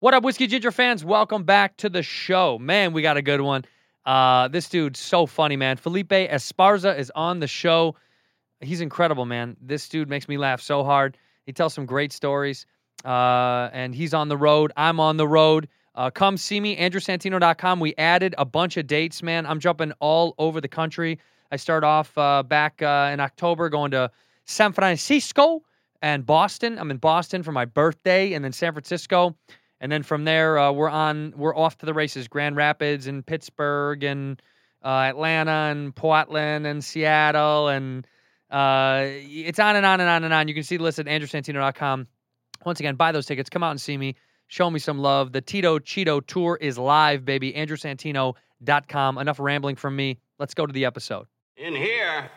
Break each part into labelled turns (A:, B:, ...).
A: What up, Whiskey Ginger fans? Welcome back to the show. Man, we got a good one. Uh, this dude's so funny, man. Felipe Esparza is on the show. He's incredible, man. This dude makes me laugh so hard. He tells some great stories. Uh, and he's on the road. I'm on the road. Uh, come see me, andrewsantino.com. We added a bunch of dates, man. I'm jumping all over the country. I start off uh, back uh, in October going to San Francisco and Boston. I'm in Boston for my birthday, and then San Francisco, and then from there uh, we're on we're off to the races: Grand Rapids and Pittsburgh and uh, Atlanta and Portland and Seattle, and uh, it's on and on and on and on. You can see the list at andrewsantino.com. Once again, buy those tickets. Come out and see me. Show me some love. The Tito Cheeto tour is live, baby. AndrewSantino.com. Enough rambling from me. Let's go to the episode.
B: In here,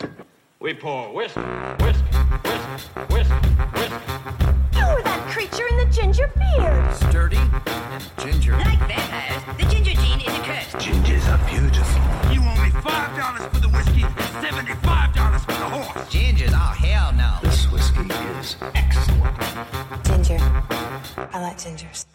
B: we pour whiskey, whiskey, whiskey, whiskey, whiskey.
C: You were that creature in the ginger beard.
D: sturdy and ginger.
E: Like vampires, the ginger gene is a curse.
D: Gingers are beautiful.
F: You owe me five dollars for the whiskey and seventy-five dollars for the horse.
E: Gingers? Oh, hell no.
D: This whiskey is excellent.
G: Ginger. I like gingers.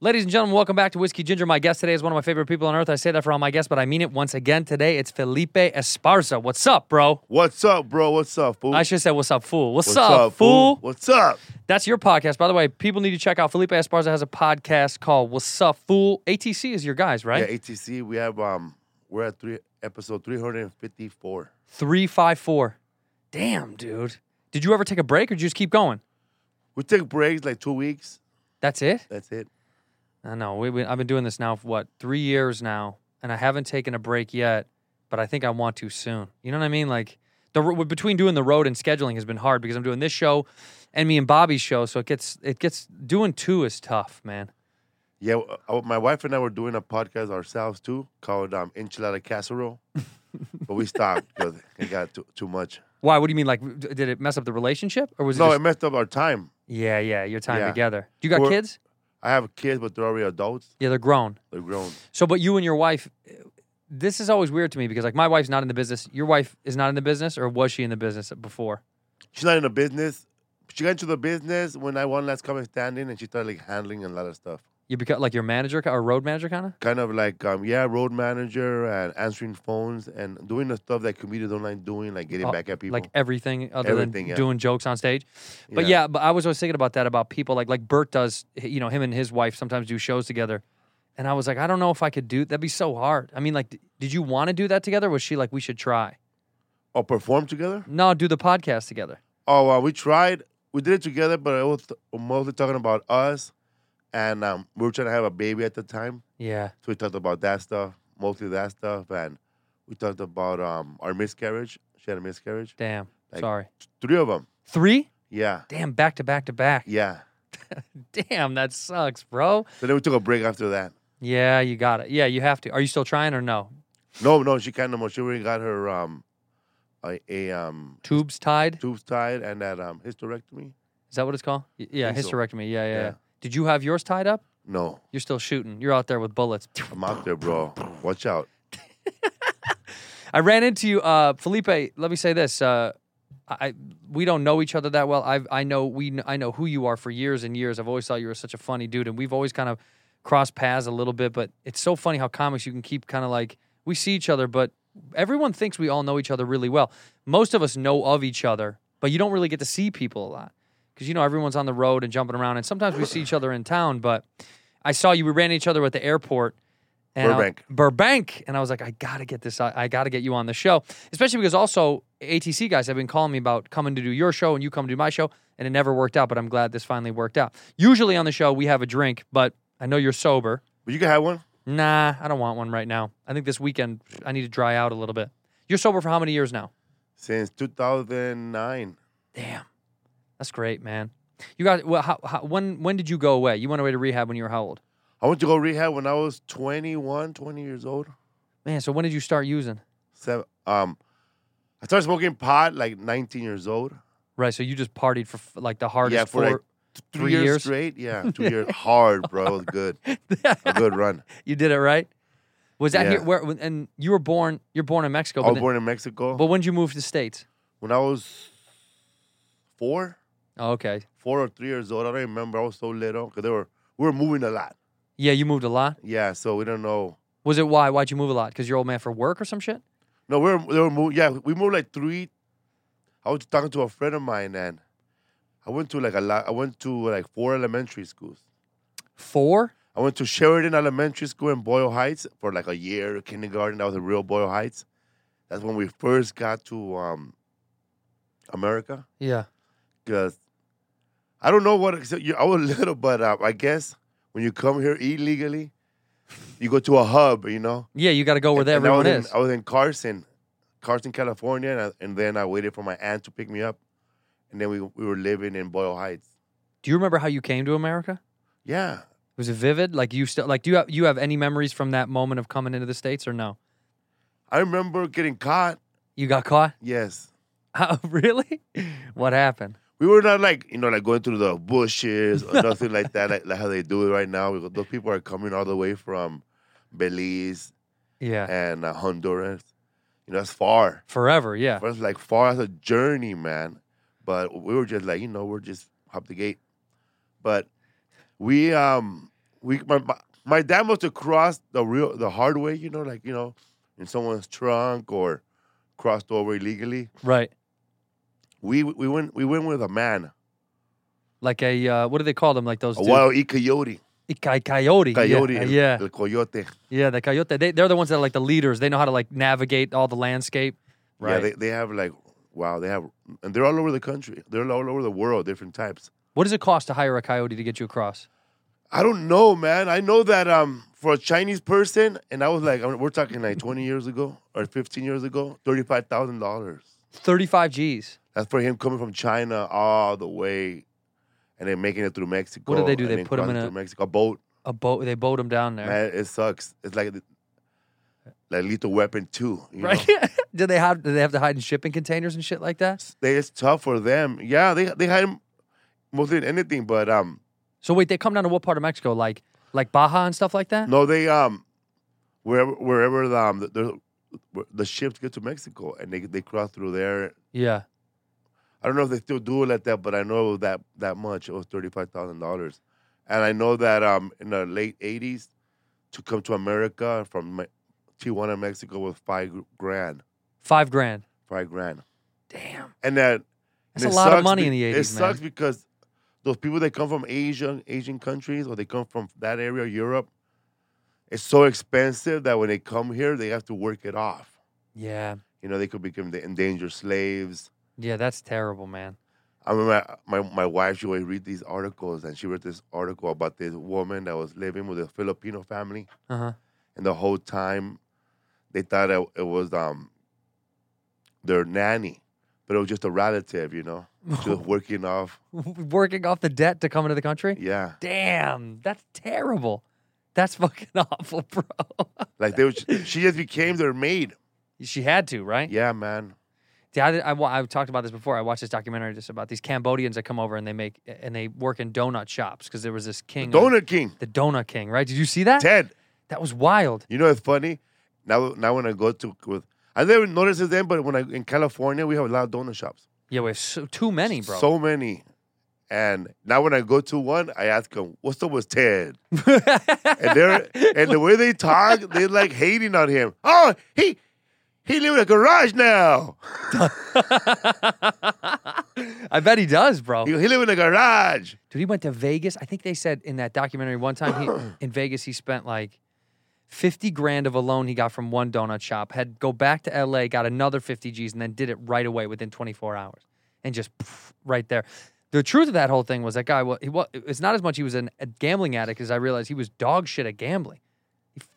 A: Ladies and gentlemen, welcome back to Whiskey Ginger. My guest today is one of my favorite people on earth. I say that for all my guests, but I mean it once again today. It's Felipe Esparza. What's up, bro?
H: What's up, bro? What's up, fool?
A: I should say, what's up, fool? What's, up, fool?
H: What's up?
A: That's your podcast. By the way, people need to check out Felipe Esparza has a podcast called What's Up, Fool. ATC is your guys,
H: Yeah,
A: right?
H: ATC. We have um, we're at three episode three hundred and fifty four.
A: 354. Damn, dude. Did you ever take a break or did you just keep going?
H: We take breaks like two weeks.
A: That's it?
H: That's it.
A: I know. We, we, I've been doing this now for what three years now, and I haven't taken a break yet. But I think I want to soon. You know what I mean? Like the ro- between doing the road and scheduling has been hard because I'm doing this show and me and Bobby's show. So it gets it gets doing two is tough, man.
H: Yeah, uh, my wife and I were doing a podcast ourselves too, called um, Enchilada Casserole, but we stopped because it got too, too much.
A: Why? What do you mean? Like, d- did it mess up the relationship or was
H: No,
A: it?
H: it
A: Just,
H: messed up our time.
A: yeah, yeah. Your time
H: Yeah.
A: together. You got
H: We're-
A: kids?
H: I have kids, but they're already adults.
A: Yeah, they're grown.
H: They're grown.
A: So, but you and your wife. eh, This is always weird to me because like my wife's not in the business. Your wife is not in the business, or was she in the business before?
H: She's not in the business. She got into the business when I won Last Comic Standing, and she started like handling a lot of stuff.
A: You become like your manager or road manager kind of.
H: kind of like um yeah road manager and answering phones and doing the stuff that comedians don't like doing like getting
A: Oh,
H: back at people
A: Like everything other than
H: Everything, yeah.
A: doing jokes on stage. But yeah.
H: Yeah.
A: but I was always thinking about that about people like like Bert does. h- You know, him and his wife sometimes do shows together, and I was like, I don't know if I could do that'd be so hard. I mean, like, d- did you want to do that together? Was she like, we should try?
H: or perform together
A: No, do the podcast together.
H: oh uh, we tried we did it together but it was mostly talking about us and um we were trying to have a baby at the time
A: Yeah,
H: so we talked about that stuff mostly that stuff and we talked about um our miscarriage she had a miscarriage
A: damn.
H: Like-
A: Sorry,
H: three of them
A: three.
H: yeah
A: Damn, back to back to back.
H: yeah
A: Damn, that sucks, bro.
H: so then we took a break after that
A: Yeah, you got it. Yeah, you have to. Are you still trying or no?
H: no no she kind of she already got her um a, a um
A: Tubes tied.
H: tubes tied and that um hysterectomy
A: Is that what it's called? Y- Yeah,
H: Think so.
A: hysterectomy. Yeah, yeah,
H: Yeah.
A: yeah. Did you have yours tied up?
H: no
A: You're still shooting. You're out there with bullets.
H: I'm out there, bro. Watch out.
A: I ran into you, uh, Felipe. Let me say this: uh, I we don't know each other that well. I I know we kn- I know who you are for years and years. I've always thought you were such a funny dude, and we've always kind of crossed paths a little bit. But it's so funny how comics you can keep kind of like we see each other, but everyone thinks we all know each other really well. Most of us know of each other, but you don't really get to see people a lot because you know everyone's on the road and jumping around, and sometimes we see each other in town. But I saw you. We ran into each other at the airport. And I-
H: Burbank.
A: Burbank. And I was like, I gotta get this. I, I gotta get you on the show, especially because also ATC guys have been calling me about coming to do your show and you come to do my show, and it never worked out. But I'm glad this finally worked out. Usually on the show we have a drink, but I know you're sober.
H: But you can have one.
A: Nah, I don't want one right now. I think this weekend I need to dry out a little bit. You're sober for how many years now?
H: Since 2009,
A: Damn, that's great, man. You got well, how, how, when when did you go away? You went away to rehab when you were how old?
H: I went to go rehab when I was 21, 20 years old.
A: Man, so when did you start using?
H: Seven, um, I started smoking pot like 19 years old.
A: Right, so you just partied for f- like the hardest
H: yeah, for like
A: four-
H: th-
A: three
H: three years,
A: years?
H: straight. Yeah, two years hard, bro. It was good. A good run.
A: You did it right. Was that
H: Yeah.
A: here? Where and you were born? You're born in Mexico.
H: I
A: But,
H: was
A: then-
H: born in Mexico
A: but when did you move to the states?
H: when I was four.
A: Oh, okay.
H: four or three years old. I don't remember. I was so little because they were we were moving a lot.
A: Yeah, you moved a lot.
H: Yeah, so we don't know.
A: Was it why? Why'd you move a lot? Because you're old man for work or some shit?
H: No, we were they were moving. Yeah, we moved like three. I was talking to a friend of mine and I went to like a lot. I went to like four elementary schools.
A: Four?
H: I went to Sheridan Elementary School in Boyle Heights for like a year kindergarten. That was in real Boyle Heights. That's when we first got to um, America.
A: Yeah.
H: because I don't know what. Except you, I was little, but uh, I guess when you come here illegally, you go to a hub, you know.
A: Yeah, you got to go where
H: And-
A: the-
H: and I
A: everyone
H: was
A: is.
H: In, I was in Carson, Carson, California, and, I, and then I waited for my aunt to pick me up, and then we we were living in Boyle Heights.
A: Do you remember how you came to America?
H: Yeah,
A: Was it vivid? Like you still like? Do you have, you have any memories from that moment of coming into the states or no?
H: I remember getting caught.
A: You got caught?
H: Yes,
A: How, really? What happened?
H: we were not like you know like going through the bushes or nothing like that, like, like how they do it right now. We go, Those people are coming all the way from Belize
A: Yeah.
H: and uh, Honduras. You know, that's far.
A: Forever. Yeah.
H: But it's like far as a journey, man. But we were just like, you know, we're just hop the gate. But we um we my my- my dad must have crossed the real the hard way, you know, like, you know, in someone's trunk or crossed over illegally.
A: Right.
H: We we went we went with a man,
A: Like a uh, what do they call them? Like those
H: a
A: dudes?
H: wild e coyote.
A: Y- coy- coyote.
H: Coyote.
A: Yeah. uh,
H: el-
A: Yeah.
H: El coyote.
A: yeah, the coyote. They, they're the ones that are like the leaders. They know how to like navigate all the landscape. Right.
H: Yeah, they, they have like wow, they have and they're all over the country. They're all over the world, different types.
A: what does it cost to hire a coyote to get you across?
H: I don't know, man. I know that um for a Chinese person, and I was like, I mean, we're talking like 20 years ago or 15 years ago, thirty-five thousand dollars.
A: Thirty-five G's.
H: That's for him coming from China all the way, and then making it through Mexico.
A: What did they do?
H: and
A: They
H: then
A: put him
H: crossing
A: in a-
H: through Mexico a boat.
A: A boat. They boat them down there.
H: Man, it sucks. It's like the- like Lethal Weapon too. You know?
A: Right? do they have? Do they have to hide in shipping containers and shit like that?
H: They, it's tough for them. Yeah, they they had him mostly in anything, but um
A: So wait, they come down to what part of Mexico? Like like Baja and stuff like that?
H: no, they um wherever wherever the um, the, the, the ships get to Mexico and they they cross through there
A: Yeah.
H: I don't know if they still do it like that, but I know that that much. It was thirty five thousand dollars, and I know that um in the late eighties, to come to America from Me- Tijuana, Mexico, was five gr- grand,
A: Five grand.
H: five grand,
A: Damn.
H: and that
A: That's
H: and
A: a
H: it
A: lot of
H: sucks
A: money
H: be-
A: in the
H: It
A: 80s, man.
H: sucks because those people that come from Asian Asian countries or they come from that area, Europe, it's so expensive that when they come here, they have to work it off.
A: Yeah.
H: You know, they could become the endangered slaves.
A: Yeah, that's terrible, man.
H: I remember my, my, my wife, she would read these articles, and she read this article about this woman that was living with a Filipino family.
A: Uh-huh.
H: And the whole time, they thought it, it was um their nanny, but it was just a relative, you know? She was working off.
A: Working off the debt to come into the country?
H: Yeah.
A: Damn, that's terrible. That's fucking awful, bro.
H: Like, they was, she just became their maid.
A: she had to, right?
H: Yeah, man.
A: See, I, I, wa- I've talked about this before. I watched this documentary just about these Cambodians that come over and they make and they work in donut shops because there was this king, of-
H: Donut King,
A: the donut king, right? Did you see that?
H: Ted.
A: That was wild.
H: You know, it's funny. Now, now when I go to, with, I never noticed it then, but when I, in California, we have a lot of donut shops.
A: Yeah, we have so, too many, bro.
H: So many. And now when I go to one, I ask them, "What's up with Ted?" and they're and the way they talk, they're like hating on him. Oh, he he live in a garage now.
A: I bet he does, bro.
H: He, he live in a garage.
A: Dude, he went to Vegas. I think they said in that documentary one time he in Vegas he spent like fifty grand of a loan he got from one donut shop. Had go back to L.A. got another fifty G's and then did it right away within twenty four hours and just pff, right there. The truth of that whole thing was that guy. Well, he was. It's not as much he was an, a gambling addict as I realized he was dog shit at gambling.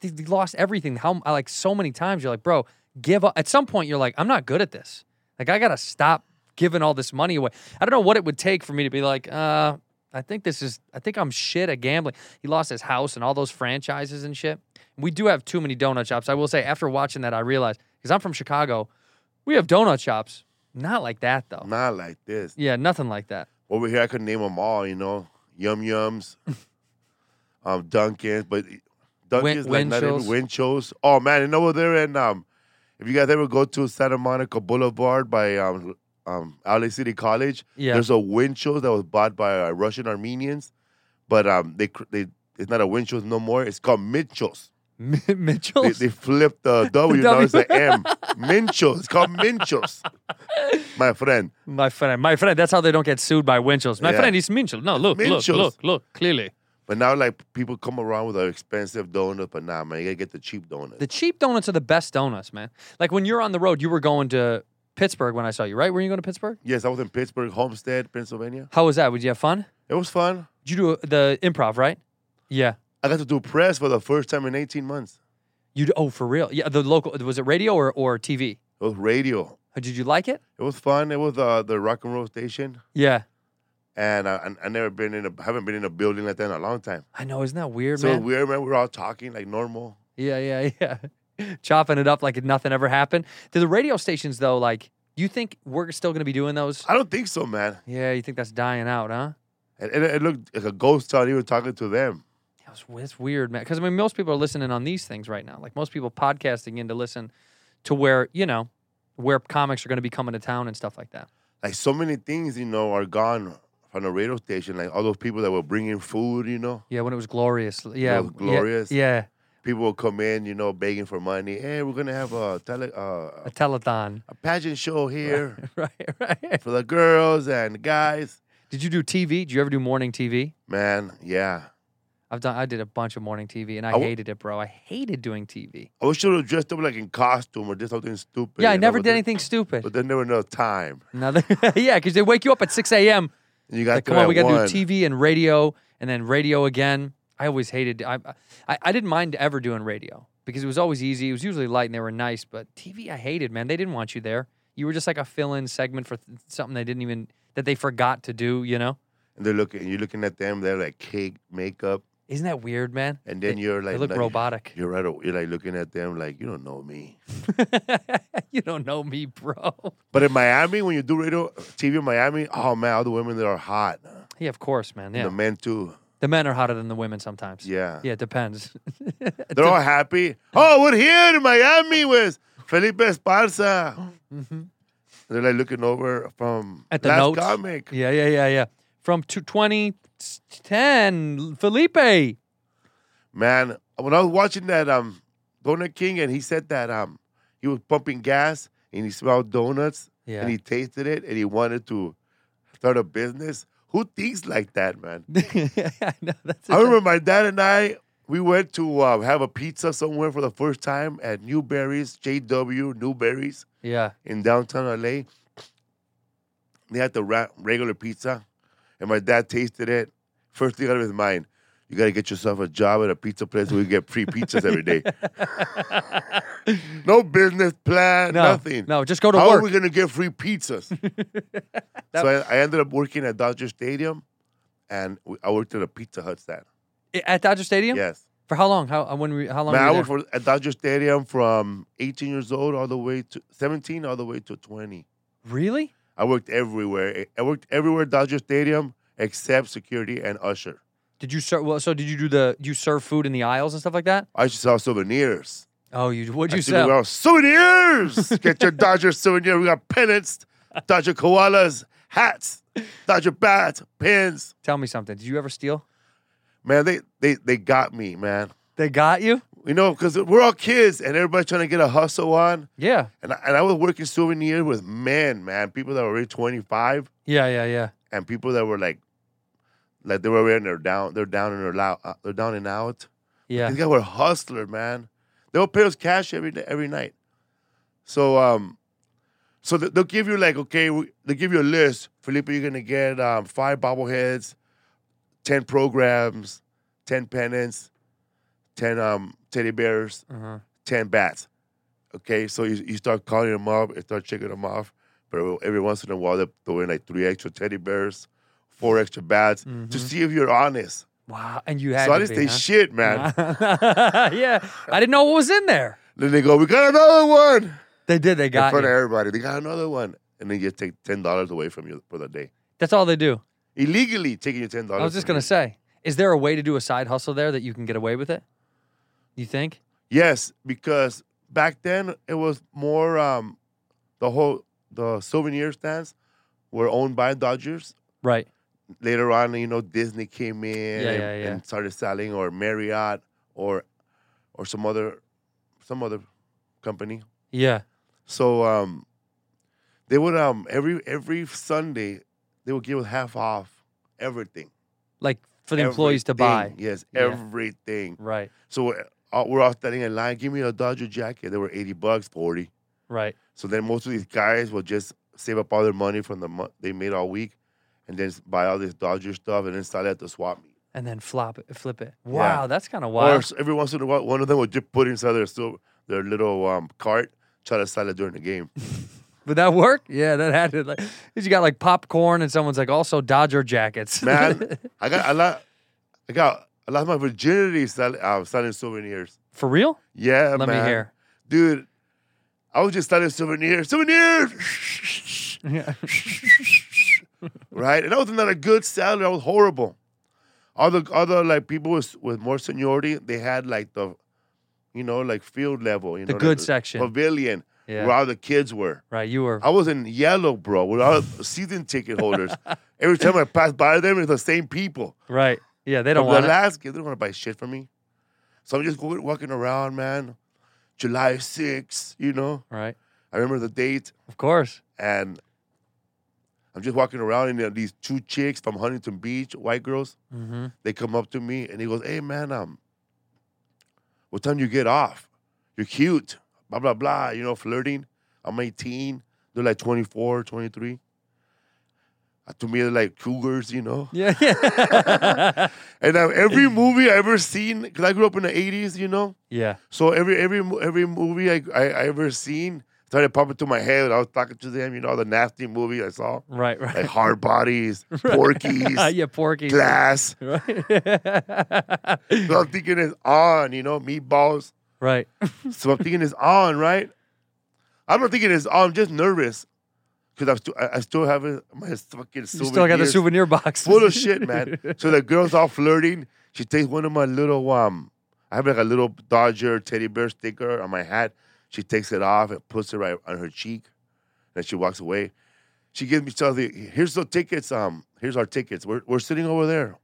A: He, he lost everything. How I like so many times you're like, bro, give up. At some point you're like, I'm not good at this. Like I gotta stop giving all this money away. I don't know what it would take for me to be like, uh, I think this is. I think I'm shit at gambling. He lost his house and all those franchises and shit. We do have too many donut shops. I will say after watching that, I realized because I'm from Chicago, we have donut shops. Not like that though.
H: Not like this.
A: Yeah, nothing like that.
H: Over here, I could name them all. You know, Yum Yums, um, Dunkin's, but Dunkin's like not every
A: Winchell's.
H: Winchell's. Oh man, and over there, and um, if you guys ever go to Santa Monica Boulevard by um, um, LA City College.
A: Yeah.
H: There's a windshield that was bought by uh, Russian Armenians, but um, they cr- they it's not a windshield no more. It's called Mitchells. They,
A: Mitchell's.
H: they flipped the W, now
A: W.
H: it's the M. Minchos. It's called Minchos, my friend.
A: my friend, my friend. That's how they don't get sued by Winchell's. My
H: Yeah.
A: friend, it's Minchell. No, look,
H: Minchell's.
A: look, look, look. Clearly,
H: But now, like people come around with an expensive donut, but nah, man, you gotta get the cheap donut.
A: the cheap donuts are the best donuts, man. Like when you're on the road, you were going to Pittsburgh when I saw you, right? Were you going to Pittsburgh?
H: yes, I was in Pittsburgh, Homestead, Pennsylvania.
A: How was that? Would you have fun?
H: It was fun.
A: Did you do uh, the improv, right? Yeah.
H: I got to do press for the first time in 18 months.
A: You d- oh for real? Yeah. The local was it radio or or TV?
H: It was radio.
A: Uh, Did you like it?
H: It was fun. It was uh, the rock and roll station,
A: Yeah.
H: and I, I, I never been in a haven't been in a building like that in a long time.
A: I know. Isn't that weird,
H: So
A: man?
H: weird, man. We're all talking like normal.
A: Yeah, yeah, yeah. Chopping it up like nothing ever happened. To the radio stations though, like you think we're still gonna be doing those?
H: I don't think so, man.
A: Yeah, you think that's dying out, huh?
H: It, it, it looked like a ghost town. You were talking to them.
A: That was w- That's weird, man. Because I mean, most people are listening on these things right now. Like most people podcasting in to listen to where you know where comics are going to be coming to town and stuff like that.
H: Like so many things, you know, are gone from the radio station. Like all those people that were bringing food, you know,
A: Yeah, when it was glorious. Yeah, yeah,
H: was glorious.
A: Yeah,
H: people will come in, you know, begging for money. Hey, we're gonna have a tele,
A: a
H: uh,
A: telethon.
H: a pageant show here
A: right, right.
H: for the girls and guys.
A: Did you do TV? Did you ever do morning TV?
H: Man, yeah.
A: I've done. I did a bunch of morning TV, and I,
H: w-
A: hated it, bro. I hated doing TV.
H: I wish you would have dressed up like in costume or did something stupid.
A: Yeah, I
H: you know,
A: never
H: but
A: did
H: then-
A: anything stupid.
H: But then there was no time.
A: Another, yeah, because they wake you up at six a.m.
H: And you got
A: Like,
H: to
A: come on, we
H: got
A: got to do TV and radio, and then radio again. I always hated. I, I I didn't mind ever doing radio because it was always easy. It was usually light and they were nice. But TV, I hated, man. They didn't want you there. You were just like a fill-in segment for th- something they didn't even that they forgot to do. You know,
H: And they're looking. You're looking at them. They're like cake makeup,
A: isn't that weird, man?
H: and then
A: They-
H: you're
A: they
H: like,
A: look
H: like-
A: robotic.
H: You're right. You're like looking at them like you don't know me.
A: you don't know me, bro.
H: But in Miami, when you do radio, TV in Miami, oh man, all the women that are hot,
A: Yeah, of course, man. Yeah,
H: the men too.
A: the men are hotter than the women sometimes.
H: Yeah.
A: yeah, it depends.
H: They're all happy. Oh, we're here in Miami with Felipe Esparza. They're like looking over from
A: Mm-hmm. at the
H: last
A: notes.
H: comic.
A: Yeah, yeah, yeah, yeah. From two- 2010, Felipe.
H: man when i was watching that um donut king and he said that um he was pumping gas and he smelled donuts
A: Yeah.
H: and he tasted it and he wanted to start a business who thinks like that man
A: I know that's.
H: i remember my dad and i we went to uh, have a pizza somewhere for the first time at newberry's jw newberry's
A: Yeah,
H: in downtown la they had the ra- regular pizza and my dad tasted it first thing out of his mind you got to get yourself a job at a pizza place where you get free pizzas every day no business plan,
A: no,
H: nothing.
A: No, just go to
H: How
A: work.
H: are we gonna get free pizzas? so I, I ended up working at Dodger Stadium, and we, I worked at a Pizza Hut stand.
A: I- At Dodger Stadium.
H: Yes,
A: For how long? How uh, when? We, how long?
H: man, I
A: were you
H: worked for, at Dodger Stadium from 18 years old all the way to 17, all the way to 20.
A: there? Really?
H: I worked everywhere. eh, I worked everywhere at Dodger Stadium except security and usher.
A: Did you serve? Well, so did you do the? You serve food in the aisles and stuff like that?
H: I used to sell souvenirs.
A: Oh, you what'd
H: I
A: you
H: used to go
A: sell?
H: around, souvenirs. Get your Dodger souvenir. We got pennants, Dodger koalas, hats, Dodger bats, pins.
A: Tell me something. Did you ever steal?
H: Man, they they they got me, man.
A: They got you?
H: You know, because we're all kids and everybody trying to get a hustle on.
A: Yeah,
H: And I, and I was working souvenirs with men, man, people that were already 25
A: yeah, yeah, yeah.
H: and people that were like, like they were already in their down, they're down and they're loud, uh, they're down and out.
A: Yeah.
H: These guys were hustler, man. They will pay us cash every day, every night. So um, so they- they'll give you like okay, we- they give you a list. Felipe, you're gonna get um, five bobbleheads, ten programs, ten pennants, ten um teddy bears,
A: Uh-huh.
H: ten bats. Okay, so you, you start calling them up, you start checking them off. But every once in a while, they're throwing like three extra teddy bears, four extra bats to see if you're honest.
A: Wow. And you had.
H: so I
A: to
H: didn't
A: Mm-hmm. be,
H: say
A: huh?
H: shit, man.
A: yeah, I didn't know what was in there.
H: Then they go, "We got another one!"
A: They did. They
H: in
A: got
H: front of
A: you.
H: everybody. They got another one, and then you take ten dollars away from you for the day,
A: That's all they do.
H: illegally taking your ten dollars.
A: I was just gonna say, is there a way to do a side hustle there that you can get away with it? You think?
H: yes, because back then it was more um, the whole the souvenir stands were owned by Dodgers.
A: Right.
H: Later on, you know, Disney came in
A: Yeah,
H: and,
A: yeah, yeah.
H: and started selling, or Marriott, or or some other some other company.
A: Yeah.
H: So um, they would um every every Sunday they would give us half off everything
A: Like for the employees to buy.
H: Everything. Yes,
A: Yeah.
H: everything.
A: Right.
H: So we're, all- we're all standing in line. Give me a Dodger jacket. They were eighty bucks, forty.
A: Right.
H: So then most of these guys will just save up all their money from the month they made all week, and then s- buy all this Dodger stuff and then sell it at the swap meet.
A: And then flop it, flip it. Wow, that's kind of wild.
H: Or s- every once in a while, one of them would just put inside their sil- their little um, cart, try to sell it during the game.
A: Would that work? Yeah, that had to. Like, 'cause you got like popcorn, and someone's like, also Dodger jackets.
H: Man, I got I lot, I got I lost my virginity sell, uh, selling souvenirs.
A: for real?
H: Yeah,
A: Let
H: man.
A: me hear.
H: dude. I was just selling souvenirs, souvenirs. right? And I was not a good seller. I was horrible. All the other like people with, with more seniority, they had like the, you know, like field level, you
A: The
H: know, like,
A: good section.
H: pavilion,
A: Yeah.
H: where all the kids were.
A: Right, you were.
H: I was in yellow, bro, with all the season ticket holders. Every time I passed by them, it's the same people.
A: Right. Yeah, they don't
H: But
A: want
H: the
A: it.
H: last kid, they don't want to buy shit from me. So I'm just going, walking around, man. July 6th, you know.
A: Right.
H: I remember the date,
A: Of course.
H: and I'm just walking around, and there are these two chicks from Huntington Beach, white girls,
A: Mm-hmm.
H: they come up to me, and he goes, "Hey, man, um, what time you get off? You're cute, blah blah blah. You know, flirting. I'm 18. They're like 24, 23. Uh, To me, they're like cougars, you know.
A: Yeah. Yeah.
H: And uh, every movie I ever seen, because I grew up in the 80s, you know.
A: yeah.
H: So every every mo- every movie I, I, I ever seen started popping to my head. I was talking to them, you know, the nasty movie I saw,
A: Right. Right.
H: like Hard Bodies, Porkies,
A: yeah, Porky.
H: Glass.
A: Right.
H: So I'm thinking it's on, you know, Meatballs.
A: right.
H: So I'm thinking it's on, right? I'm not thinking it's on. I'm just nervous because I'm still I, I still have it- my fucking
A: You still got the
H: souvenirs
A: souvenir box.
H: Full of shit, man. So the girl's all flirting. She takes one of my little um, I have like a little Dodger teddy bear sticker on my hat. She takes it off and puts it right on her cheek. Then she walks away. She gives me something. Here's the tickets. Um, here's our tickets. We're we're sitting over there.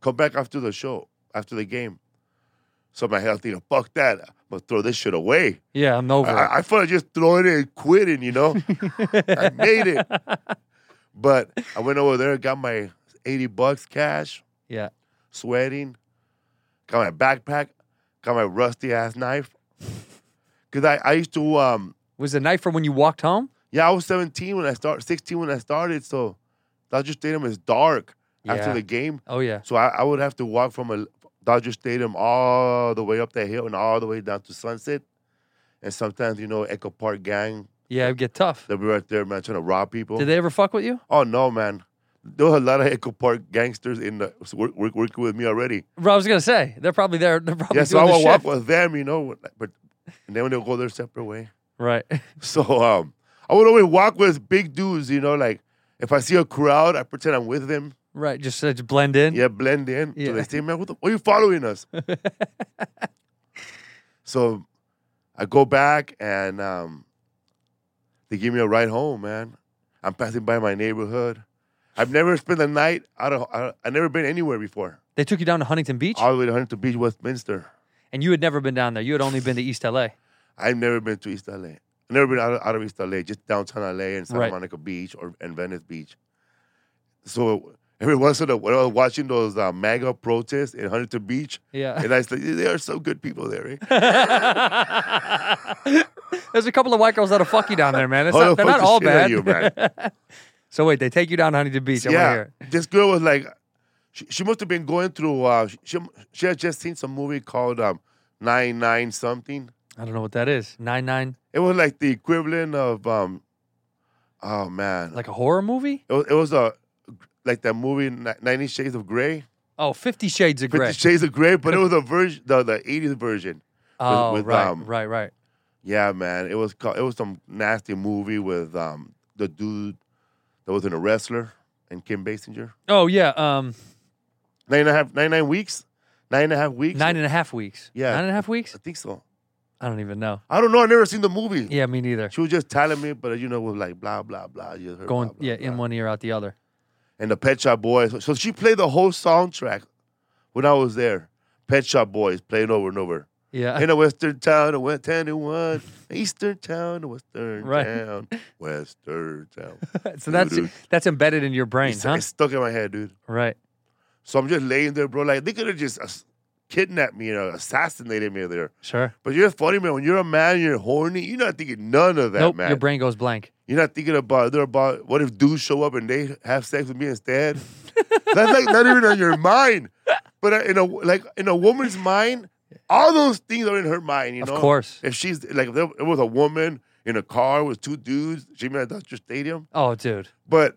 H: Come back after the show, after the game. So my head, you know, fuck that. I'm gonna throw this shit away.
A: yeah, I'm over. it.
H: I, I felt like just throwing it and quitting, you know? I made it. But I went over there, got my 80 bucks cash,
A: yeah.
H: sweating, got my backpack, got my rusty ass knife. Cause I, I used to um
A: Was the night from when you walked home?
H: yeah, I was 17 when I started 16 when I started, so Dodger Stadium is dark after
A: Yeah.
H: the game.
A: Oh yeah.
H: So I, I would have to walk from a Dodger Stadium all the way up that hill and all the way down to sunset. And sometimes, you know, Echo Park gang
A: Yeah, it'd get tough.
H: They'll be right there, man, trying to rob people.
A: Did they ever fuck with you?
H: oh no, man. There were a lot of Echo Park gangsters in the work, work, working with me already.
A: Well, I was gonna say they're probably there. They're probably
H: Yeah, so I
A: doing the
H: would walk
A: shift.
H: with them, you know, but and then they'll go their separate way.
A: Right.
H: So um, I would always walk with big dudes, you know, like if I see a crowd, I pretend I'm with them.
A: Right. Just uh, just blend in.
H: Yeah, blend in.
A: Yeah.
H: So they say, man, what the, why are you following us? so I go back and um, they give me a ride home, man. I'm passing by my neighborhood. I've never spent the night out of, I, I've never been anywhere before.
A: They took you down to Huntington Beach,
H: All the way to Huntington Beach, Westminster.
A: and you had never been down there. You had only been to East LA.
H: I've never been to East LA. I've never been out of, out of East LA, just downtown LA and Santa
A: Right.
H: Monica Beach or and Venice Beach. So every once in a while, I was watching those uh, MAGA protests in Huntington Beach,
A: Yeah.
H: and I said, "They are so good people there." Eh?
A: There's a couple of white girls that'll fuck you down there, man. It's
H: Oh,
A: not,
H: they'll
A: they're not
H: fuck the
A: all
H: shit out
A: bad.
H: of you, man.
A: so wait, they take you down to Huntington Beach. I want to
H: yeah,
A: hear it.
H: this girl was like, she, she must have been going through. Uh, she she had just seen some movie called um, Nine Nine something.
A: I don't know what that is. Nine nine,
H: It was like the equivalent of um, oh man,
A: like a horror movie?
H: it was, it was a like that movie Ni- Ninety Shades of Grey.
A: Oh, Fifty Shades of
H: Fifty
A: Grey.
H: Shades of Grey, but it was a version, the the eighties version.
A: oh,
H: with,
A: right,
H: um,
A: right, right.
H: Yeah, man, it was called, it was some nasty movie with um the dude that was in a wrestler and Kim Basinger.
A: Oh yeah, um,
H: Nine and a half, nine nine weeks, nine and a half weeks.
A: nine and a half weeks.
H: Yeah.
A: nine and a half
H: I
A: weeks.
H: think so.
A: I don't even know.
H: I don't know. I never seen the movie.
A: Yeah, me neither.
H: She was just telling me, but you know, was like blah blah blah. You heard
A: Going
H: blah, blah,
A: yeah,
H: blah.
A: in one ear out the other.
H: and the Pet Shop Boys. So she played the whole soundtrack when I was there. Pet Shop Boys playing over and over.
A: Yeah.
H: In a western town, a west town and one eastern town, a western
A: Right.
H: town, western town.
A: so that's
H: Doo-doo.
A: that's embedded in your brain,
H: It's,
A: huh?
H: it's stuck in my head, dude.
A: Right.
H: So I'm just laying there, bro. Like they could have just ass- kidnapped me or assassinated me there.
A: Sure.
H: But you're funny, man. When you're a man, you're horny. You're not thinking none of that,
A: nope.
H: man.
A: Your brain goes blank.
H: You're not thinking about they're about what if dudes show up and they have sex with me instead? That's like not even on your mind. But in a like in a woman's mind, all those things are in her mind. You
A: Of
H: know,
A: course.
H: If she's like, if there it was a woman in a car with two dudes, she met at Dodger Stadium.
A: Oh, dude.
H: But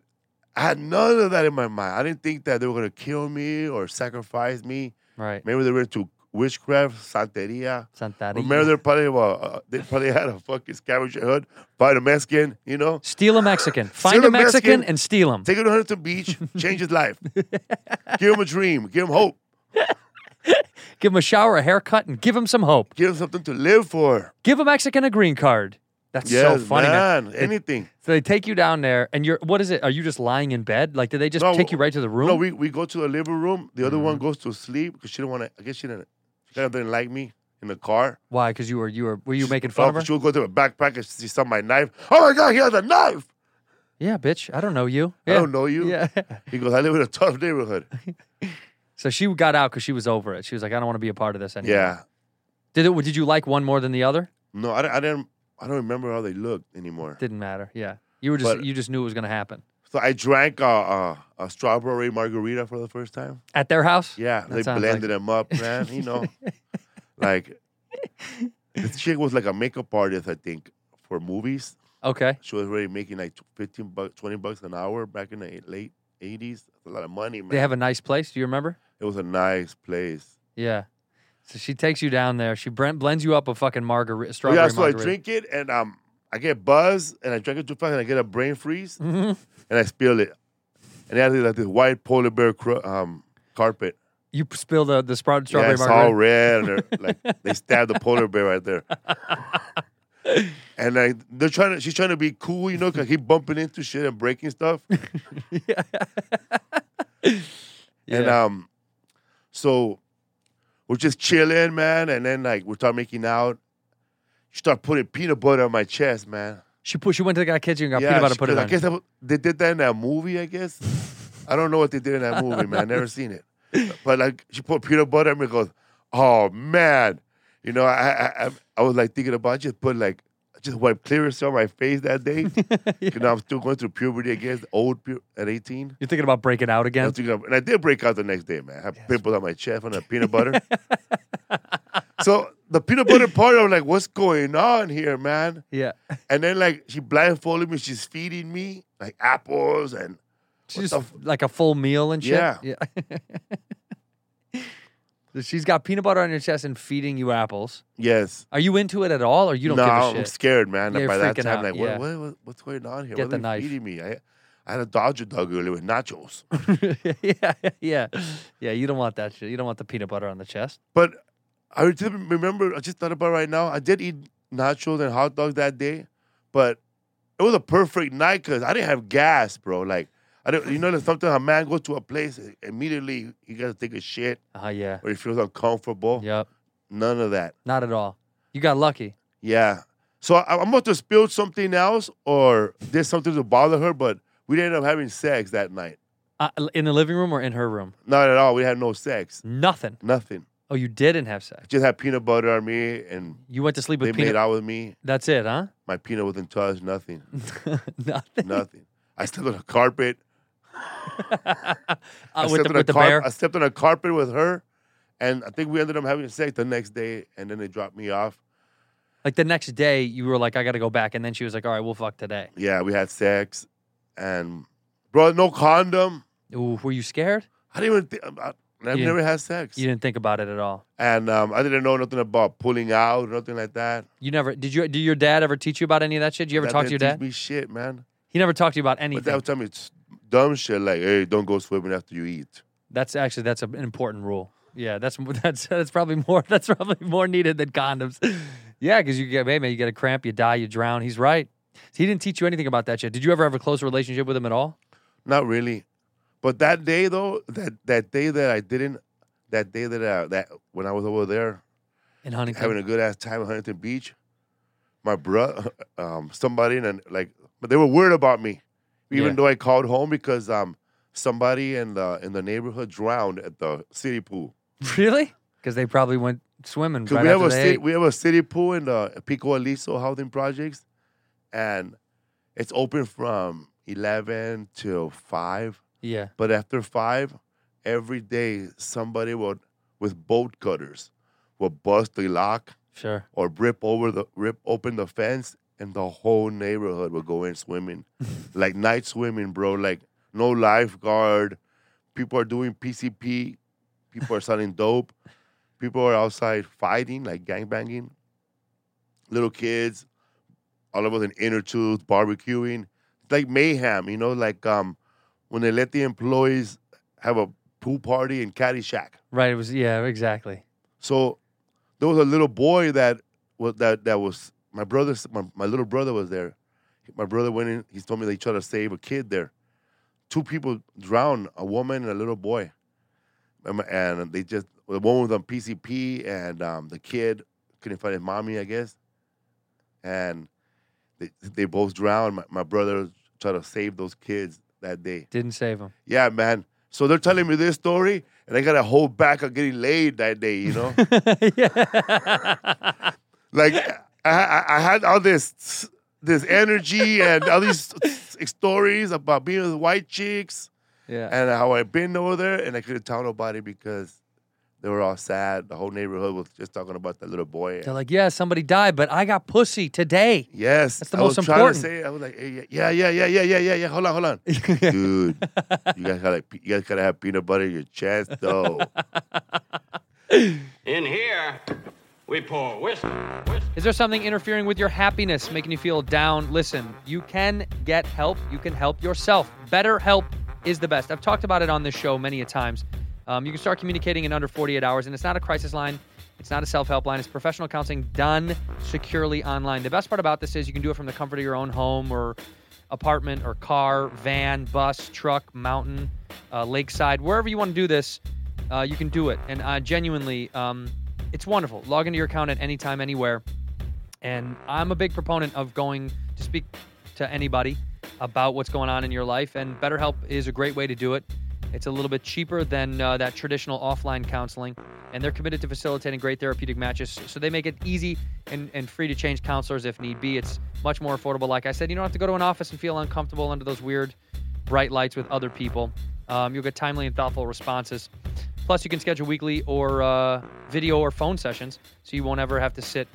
H: I had none of that in my mind. I didn't think that they were gonna kill me or sacrifice me.
A: Right.
H: Maybe they were into witchcraft, santeria.
A: Santeria.
H: Remember, they're probably well, uh, they probably had a fucking scavenger hunt, find a Mexican, you know.
A: Steal a Mexican. Find
H: Steal
A: a
H: a
A: Mexican,
H: Mexican.
A: and steal him.
H: Take him to Huntington Beach, change his life. give him a dream, give him hope,
A: Give him a shower, a haircut, and give him some hope.
H: give him something to live for.
A: Give a Mexican a green card. That's
H: Yes,
A: so funny, man.
H: man. Anything.
A: So they take you down there, and you're what is it? Are you just lying in bed? Like, did they just
H: No,
A: take you right to the room? Mm-hmm.
H: No, we, we go to the living room. The other one goes to sleep because she didn't want to. I guess she didn't. She kind of didn't like me in the car.
A: Why? Because you were you were were you making
H: Oh,
A: fun of
H: 'cause
A: her?
H: she would go to her backpack and she saw my knife. Oh my god, he has a knife.
A: Yeah, bitch. I don't know you.
H: I
A: Yeah.
H: don't know you.
A: Yeah.
H: He goes, I live in a tough neighborhood.
A: so she got out because she was over it. She was like, I don't want to be a part of this anymore.
H: yeah.
A: Did it? Did you like one more than the other?
H: No, I, don't- I didn't. I don't remember how they looked anymore.
A: Didn't matter. Yeah. You were just
H: But-
A: you just knew it was gonna happen
H: So I drank uh, uh, a strawberry margarita for the first time.
A: at their house.
H: Yeah,
A: That
H: they
A: sounds
H: blended
A: like-
H: them up, man. You know, like this chick was like a makeup artist, I think, for movies.
A: Okay.
H: She was already making like tw- fifteen bucks, twenty bucks an hour back in the late eighties. That's a lot of money, man.
A: They have a nice place. Do you remember?
H: it was a nice place.
A: Yeah. So she takes you down there. She bren- blends you up a fucking margarita, strawberry
H: yeah, so
A: margarita.
H: I drink it and um, I get buzz and I drink it too fast and I get a brain freeze
A: Mm-hmm.
H: and I spill it. And it has like this white polar bear cru- um, carpet.
A: You p- spill the the sprout strawberry
H: yeah, it's
A: margarita.
H: all red. And they're, like they stabbed the polar bear right there. and like they're trying to, she's trying to be cool, you know, because he bumping into shit and breaking stuff. And
A: Yeah.
H: um, so we're just chilling, man. And then like we start making out. She start putting peanut butter on my chest, man.
A: she put. She went to the guy kitchen, got peanut butter,
H: she-
A: put it
H: I
A: on.
H: guess that was- they did that in that movie. I guess I don't know what they did in that movie, man. I never seen it. But like she put peanut butter on me, and goes, "Oh man," you know. I I, I I was like thinking about I just put like I just wiped clearance on my face that day. You know, I'm still going through puberty. I guess old pu- at 18.
A: You're thinking about breaking out
H: I
A: again.
H: was thinking of- and I did break out the next day, man. I had pimples on my chest from that peanut butter. so the peanut butter part, I'm like, what's going on here, man?
A: Yeah.
H: And then like she blindfolded me, she's feeding me like apples and
A: She
H: What
A: just
H: the f-
A: like a full meal and shit.
H: Yeah.
A: So She's got peanut butter on your chest and feeding you apples.
H: yes.
A: Are you into it at all, or you don't
H: no,
A: give a
H: I'm
A: shit?
H: scared, man.
A: Yeah, you're
H: By that
A: freaking
H: time,
A: out,
H: like
A: yeah.
H: what, what, what what's going on here?
A: Get
H: what
A: the
H: are they
A: knife.
H: feeding me? I I had a Dodger dog earlier with nachos.
A: yeah, yeah, yeah. You don't want that shit. You don't want the peanut butter on the chest.
H: But I just remember I just thought about it right now. I did eat nachos and hot dogs that day, but it was a perfect night because I didn't have gas, bro. Like I don't you know that sometimes a man goes to a place immediately he gotta take a shit
A: Ah, yeah,
H: or he feels uncomfortable.
A: yep.
H: None of that.
A: Not at all. You got lucky.
H: Yeah. So I, I'm about to spill something else or there's something to bother her, but we didn't end up having sex that night.
A: Uh, l- in the living room or in her room?
H: Not at all. We had no sex.
A: Nothing.
H: Nothing.
A: Oh, you didn't have sex.
H: Just had peanut butter on me and
A: You went to sleep with
H: they
A: peanut.
H: made out with me.
A: That's it, huh?
H: My peanut wasn't touched. Nothing.
A: Nothing.
H: Nothing. I slept on a carpet.
A: Uh,
H: I
A: with
H: slept
A: the,
H: on a
A: with the
H: carp-
A: bear.
H: I slept on a carpet with her. And I think we ended up having sex the next day. And then they dropped me off.
A: Like the next day, you were like, "I got to go back," and then she was like, "All right, we'll fuck today."
H: Yeah, we had sex. And, bro, no condom.
A: Ooh, were you scared?
H: I didn't even think, I, I've
A: You didn't-
H: never had sex.
A: You didn't think about it at all.
H: and um, I didn't know nothing about pulling out, nothing like that.
A: You never did. You did your dad ever teach you about any of that shit? Did you ever
H: That
A: talk to your
H: didn't
A: dad?
H: Teach me shit, man.
A: He never talked to you about
H: But
A: anything.
H: that would tell me it's dumb shit. Like, hey, don't go swimming after you eat.
A: That's actually that's a- an important rule. Yeah, that's that's that's probably more that's probably more needed than condoms. Yeah, because you get, hey, man, you get a cramp, you die, you drown. He's right. He didn't teach you anything about that shit. Did you ever have a close relationship with him at all?
H: Not really. But that day though, that that day that I didn't, that day that uh, that when I was over there
A: In Huntington?
H: having a good ass time at Huntington Beach, my bro, um, somebody and like, but they were worried about me, even
A: Yeah.
H: though I called home because um somebody in the in the neighborhood drowned at the city pool.
A: really? Because they probably went swimming.
H: Cause
A: Right
H: we have
A: after
H: a
A: they
H: city,
A: ate.
H: we have a city pool in the Pico Aliso housing projects, and it's open from eleven till five.
A: Yeah.
H: But after five, every day somebody would with bolt cutters would bust the lock
A: Sure.
H: or rip over the rip open the fence and the whole neighborhood would go in swimming. like night swimming, bro. Like no lifeguard. People are doing PCP. People are selling dope. People are outside fighting, like gangbanging. Little kids, all of us in inner tubes, barbecuing. It's like mayhem, you know, like um when they let the employees have a pool party in Caddyshack.
A: Right. It was, yeah, exactly.
H: So there was a little boy that was that that was my brother. My, my little brother was there. My brother went in. He told me they tried to save a kid there. Two people drowned, a woman and a little boy, and, my- and they just the one was on PCP and um, the kid couldn't find his mommy, I guess, and they they both drowned. My, my brother tried to save those kids that day.
A: Didn't save him.
H: Yeah, man. So they're telling me this story, and I gotta hold back on getting laid that day, you know.
A: yeah.
H: like I, I, I had all this this energy and all these stories about being with white chicks
A: yeah.
H: and how I've been over there, and I couldn't tell nobody because they were all sad. The whole neighborhood was just talking about that little boy.
A: They're like, yeah, somebody died, but I got pussy today.
H: Yes,
A: That's the
H: I
A: most
H: was
A: important.
H: Trying to say, it. I was like, "Hey, yeah, yeah, yeah, yeah, yeah, yeah, yeah. Hold on, hold on, dude. You guys gotta, like, you guys gotta have peanut butter in your chest, though.
B: In here, we pour whiskey, whiskey.
A: Is there something interfering with your happiness, making you feel down? Listen, you can get help. You can help yourself. Better help is the best. I've talked about it on this show many a times. Um, you can start communicating in under 48 hours, and it's not a crisis line. It's not a self-help line. It's professional counseling done securely online. The best part about this is you can do it from the comfort of your own home or apartment or car, van, bus, truck, mountain, uh, lakeside, wherever you want to do this, uh, you can do it. And uh, genuinely, um, it's wonderful. Log into your account at any time, anywhere. And I'm a big proponent of going to speak to anybody about what's going on in your life, and BetterHelp is a great way to do it. It's a little bit cheaper than uh, that traditional offline counseling, and they're committed to facilitating great therapeutic matches. So they make it easy and, and free to change counselors if need be. It's much more affordable. Like I said, you don't have to go to an office and feel uncomfortable under those weird bright lights with other people. Um, you'll get timely and thoughtful responses. Plus, you can schedule weekly or uh, video or phone sessions, so you won't ever have to sit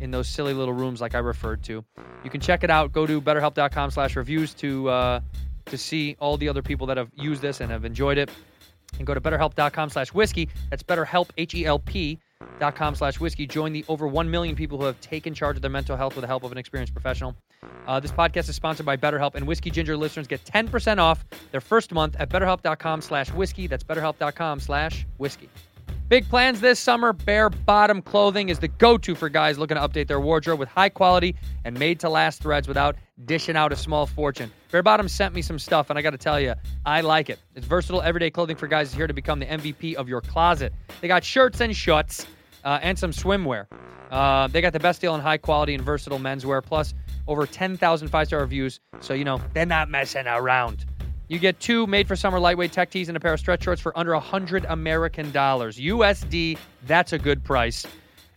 A: in those silly little rooms like I referred to. You can check it out. Go to BetterHelp.com/reviews to uh, to see all the other people that have used this and have enjoyed it. And go to BetterHelp.com/whiskey. That's BetterHelp H-E-L-P dot com slash whiskey join the over 1 million people who have taken charge of their mental health with the help of an experienced professional uh, this podcast is sponsored by betterhelp and whiskey ginger listeners get 10% off their first month at betterhelp.com slash whiskey that's betterhelp.com slash whiskey Big plans this summer. Bare Bottom Clothing is the go to for guys looking to update their wardrobe with high quality and made to last threads without dishing out a small fortune. Bare Bottom sent me some stuff, and I got to tell you, I like it. It's versatile, everyday clothing for guys is here to become the MVP of your closet. They got shirts and shorts uh, and some swimwear. Uh, they got the best deal on high quality and versatile menswear, plus over 10,000 five star reviews, so you know they're not messing around. You get two made for summer lightweight tech tees and a pair of stretch shorts for under 100 American dollars. USD, that's a good price.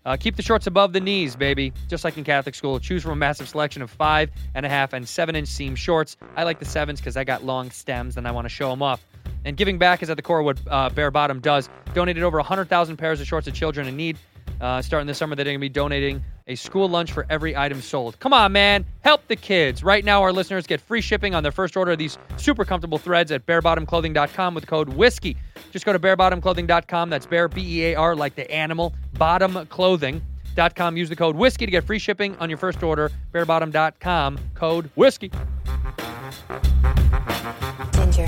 A: Uh, keep the shorts above the knees, baby. Just like in Catholic school, choose from a massive selection of five and a half and seven inch seam shorts. I like the sevens because I got long stems and I want to show them off. And giving back is at the core of what uh, Bare Bottom does. Donated over 100,000 pairs of shorts to children in need. Uh, starting this summer, they're going to be donating a school lunch for every item sold. Come on, man. Help the kids. Right now, our listeners get free shipping on their first order of these super comfortable threads at barebottomclothing.com with code WHISKEY. Just go to barebottomclothing.com. That's bare, B E A R, like the animal, bottom clothing.com. Use the code WHISKEY to get free shipping on your first order. Barebottom.com, code WHISKEY.
G: Ginger.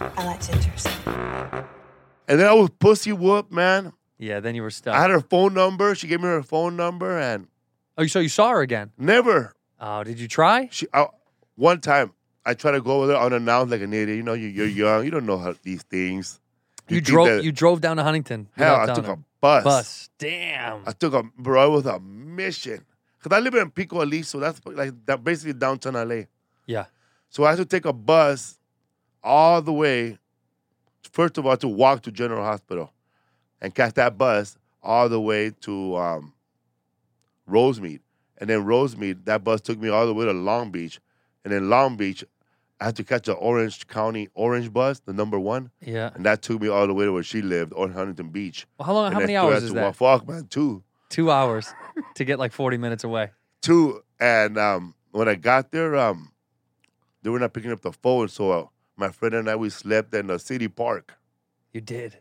G: I like gingers.
H: and then I was pussy whooped, man.
A: Yeah, then you were stuck.
H: I had her phone number. She gave me her phone number, and
A: Oh, so you saw her again?
H: Never.
A: Oh, did you try?
H: She I, one time I tried to go over there unannounced like an idiot. You know, you, you're young, you don't know how these things.
A: You,
H: think
A: drove.
H: that-
A: you drove down to Huntington.
H: hell.
A: without
H: I took
A: telling
H: a
A: her.
H: bus.
A: bus. Damn.
H: I took a bro. It was a mission because I live in Pico Elise, so that's like that basically downtown LA.
A: Yeah.
H: So I had to take a bus all the way, first of all, to walk to General Hospital and catch that bus all the way to um, Rosemead. And then Rosemead, that bus took me all the way to Long Beach. And then Long Beach, I had to catch the Orange County Orange bus, the number one.
A: Yeah.
H: And that took me all the way to where she lived, on Huntington Beach.
A: Well, how long?
H: And
A: How
H: I
A: many
H: still
A: hours
H: had
A: is
H: to
A: that?
H: walk- Fuck, man, two.
A: Two hours to get like forty minutes away.
H: Two. And um, when I got there, um, they were not picking up the phone. So uh, my friend and I, we slept in the city park.
A: You did.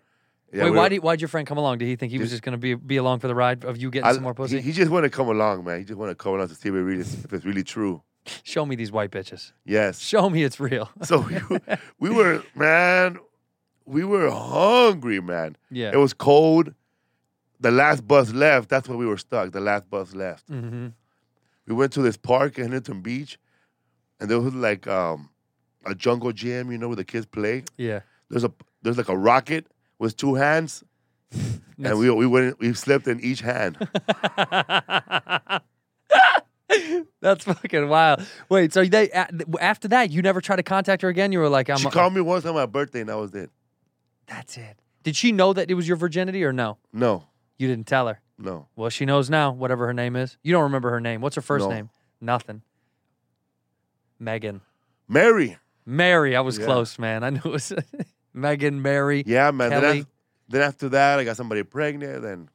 H: Yeah,
A: Wait,
H: we
A: why
H: were-
A: did why'd your friend come along? Did he think he was
H: Just-
A: just gonna be be along for the ride of you getting
H: I-
A: some more pussy?
H: He, he just wanted to come along, man. He just wanted to come along to see if, it really, if it's really true.
A: Show me these white bitches.
H: Yes.
A: Show me it's real.
H: So we were, we were, man, we were hungry, man.
A: Yeah.
H: It was cold. The last bus left. That's where we were stuck. The last bus left.
A: hmm
H: We went to this park in Hinton Beach, and there was like um, a jungle gym, you know, where the kids play.
A: Yeah.
H: There's a there's like a rocket with two hands, and we we went we slept in each hand.
A: That's fucking wild. Wait, so they a- after that you never try to contact her again? You were like, I'm.
H: she called me once on my birthday, and that was it.
A: That's it. Did she know that it was your virginity or no?
H: No,
A: You didn't tell her.
H: no.
A: Well, she knows now. Whatever her name is, you don't remember her name. What's her first
H: No.
A: name? Nothing. Megan.
H: Mary.
A: Mary. I was
H: Yeah.
A: close, man. I knew it was Megan. Mary.
H: Yeah, man. Then,
A: Kelly.
H: af- then after that, I got somebody pregnant, and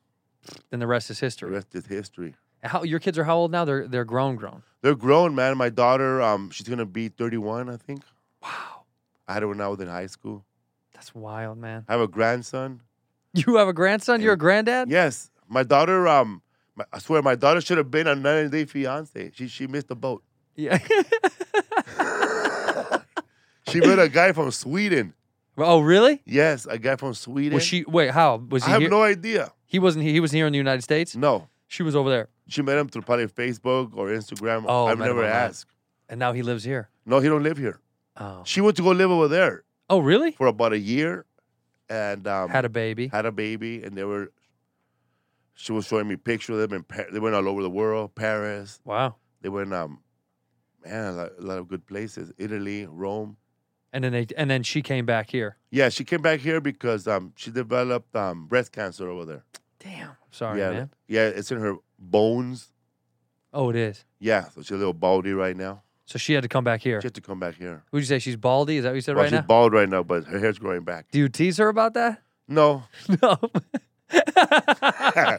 A: Then the rest is
H: the
A: history.
H: rest is history.
A: How your kids are how old now? They're they're grown, grown.
H: They're grown, man. My daughter, um, she's gonna be 31, I think.
A: Wow,
H: I had her when I was in high school.
A: that's wild, man.
H: I have a grandson.
A: You have a grandson. You're a granddad.
H: Yes, my daughter. Um, my, I swear, my daughter should have been a 90 Day Fiance. She she missed the boat.
A: Yeah.
H: She met a guy from Sweden.
A: oh, really?
H: Yes, a guy from Sweden.
A: Was she? Wait, how was he?
H: I have
A: here?
H: no Mm. idea.
A: he wasn't. He, he was here in the United States.
H: No,
A: She was over there,
H: she met him through probably Facebook or Instagram.
A: Oh,
H: I've
A: met him
H: never
A: online.
H: asked.
A: and now he lives here.
H: No, he don't live here.
A: Oh.
H: She went to go live over there
A: Oh, really?
H: for about a year, and um,
A: Had a baby.
H: had a baby, and they were. She was showing me pictures. They've been Pa- they went all over the world. Paris.
A: Wow.
H: They went um, man, a lot, a lot of good places. Italy, Rome.
A: And then they and then she came back here.
H: Yeah, she came back here because um, she developed um, breast cancer over there.
A: Damn. Sorry,
H: yeah,
A: Oh, man.
H: yeah, it's in her bones.
A: Oh, it is.
H: Yeah, so she's a little baldy right now.
A: So she had to come back here.
H: She had to come back here.
A: Would you say she's baldy? Is that what you said
H: well,
A: right
H: she's
A: now?
H: bald right now, but her hair's growing back.
A: Do you tease her about that?
H: No,
A: No.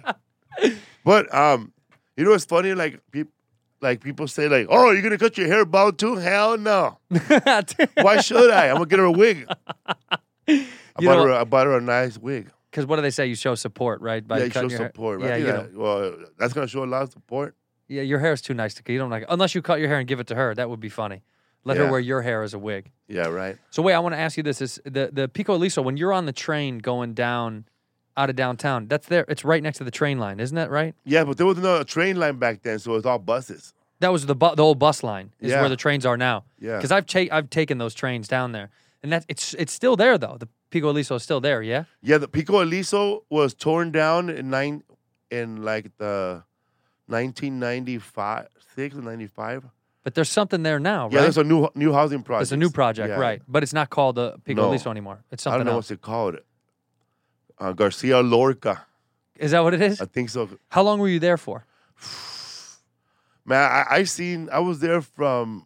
H: but um, you know what's funny? Like people, like people say, like, "Oh, you're gonna cut your hair bald too? Hell no! Why should I? I'm gonna get her a wig. I
A: You
H: bought
A: know-
H: her, I bought her a nice wig.
A: Because what do they say? You show support, right?
H: yeah, you show
A: cutting your hair-
H: support.
A: Yeah,
H: Right?
A: you
H: Yeah,
A: don't-
H: well, that's gonna show a lot of support.
A: yeah. Your hair's too nice to cut. You don't like unless you cut your hair and give it to her. That would be funny. Let her
H: Yeah.
A: wear your hair as a wig.
H: Yeah, right.
A: So wait, I want to ask you this: Is the the Pico Eliso when you're on the train going down out of downtown? That's there. It's right next to the train line, isn't that right?
H: Yeah, but there was no train line back then, so it was all buses.
A: That was the bu- the old bus line is
H: Yeah.
A: where the trains are now.
H: Yeah.
A: Because I've ta- I've taken those trains down there, and that it's it's still there though. The Pico Eliso is still there. Yeah.
H: Yeah, the Pico Eliso was torn down in nine in like the 1995, six or 95.
A: But there's something there now, right?
H: Yeah, there's a new new housing project.
A: There's a new project,
H: Yeah.
A: right? But it's not called the Pico
H: No.
A: Eliso anymore. It's
H: I
A: something
H: don't know
A: else.
H: what's it called. Uh, Garcia Lorca,
A: Is that what it is?
H: I think so.
A: How long were you there for?
H: Man, I, I seen. I was there from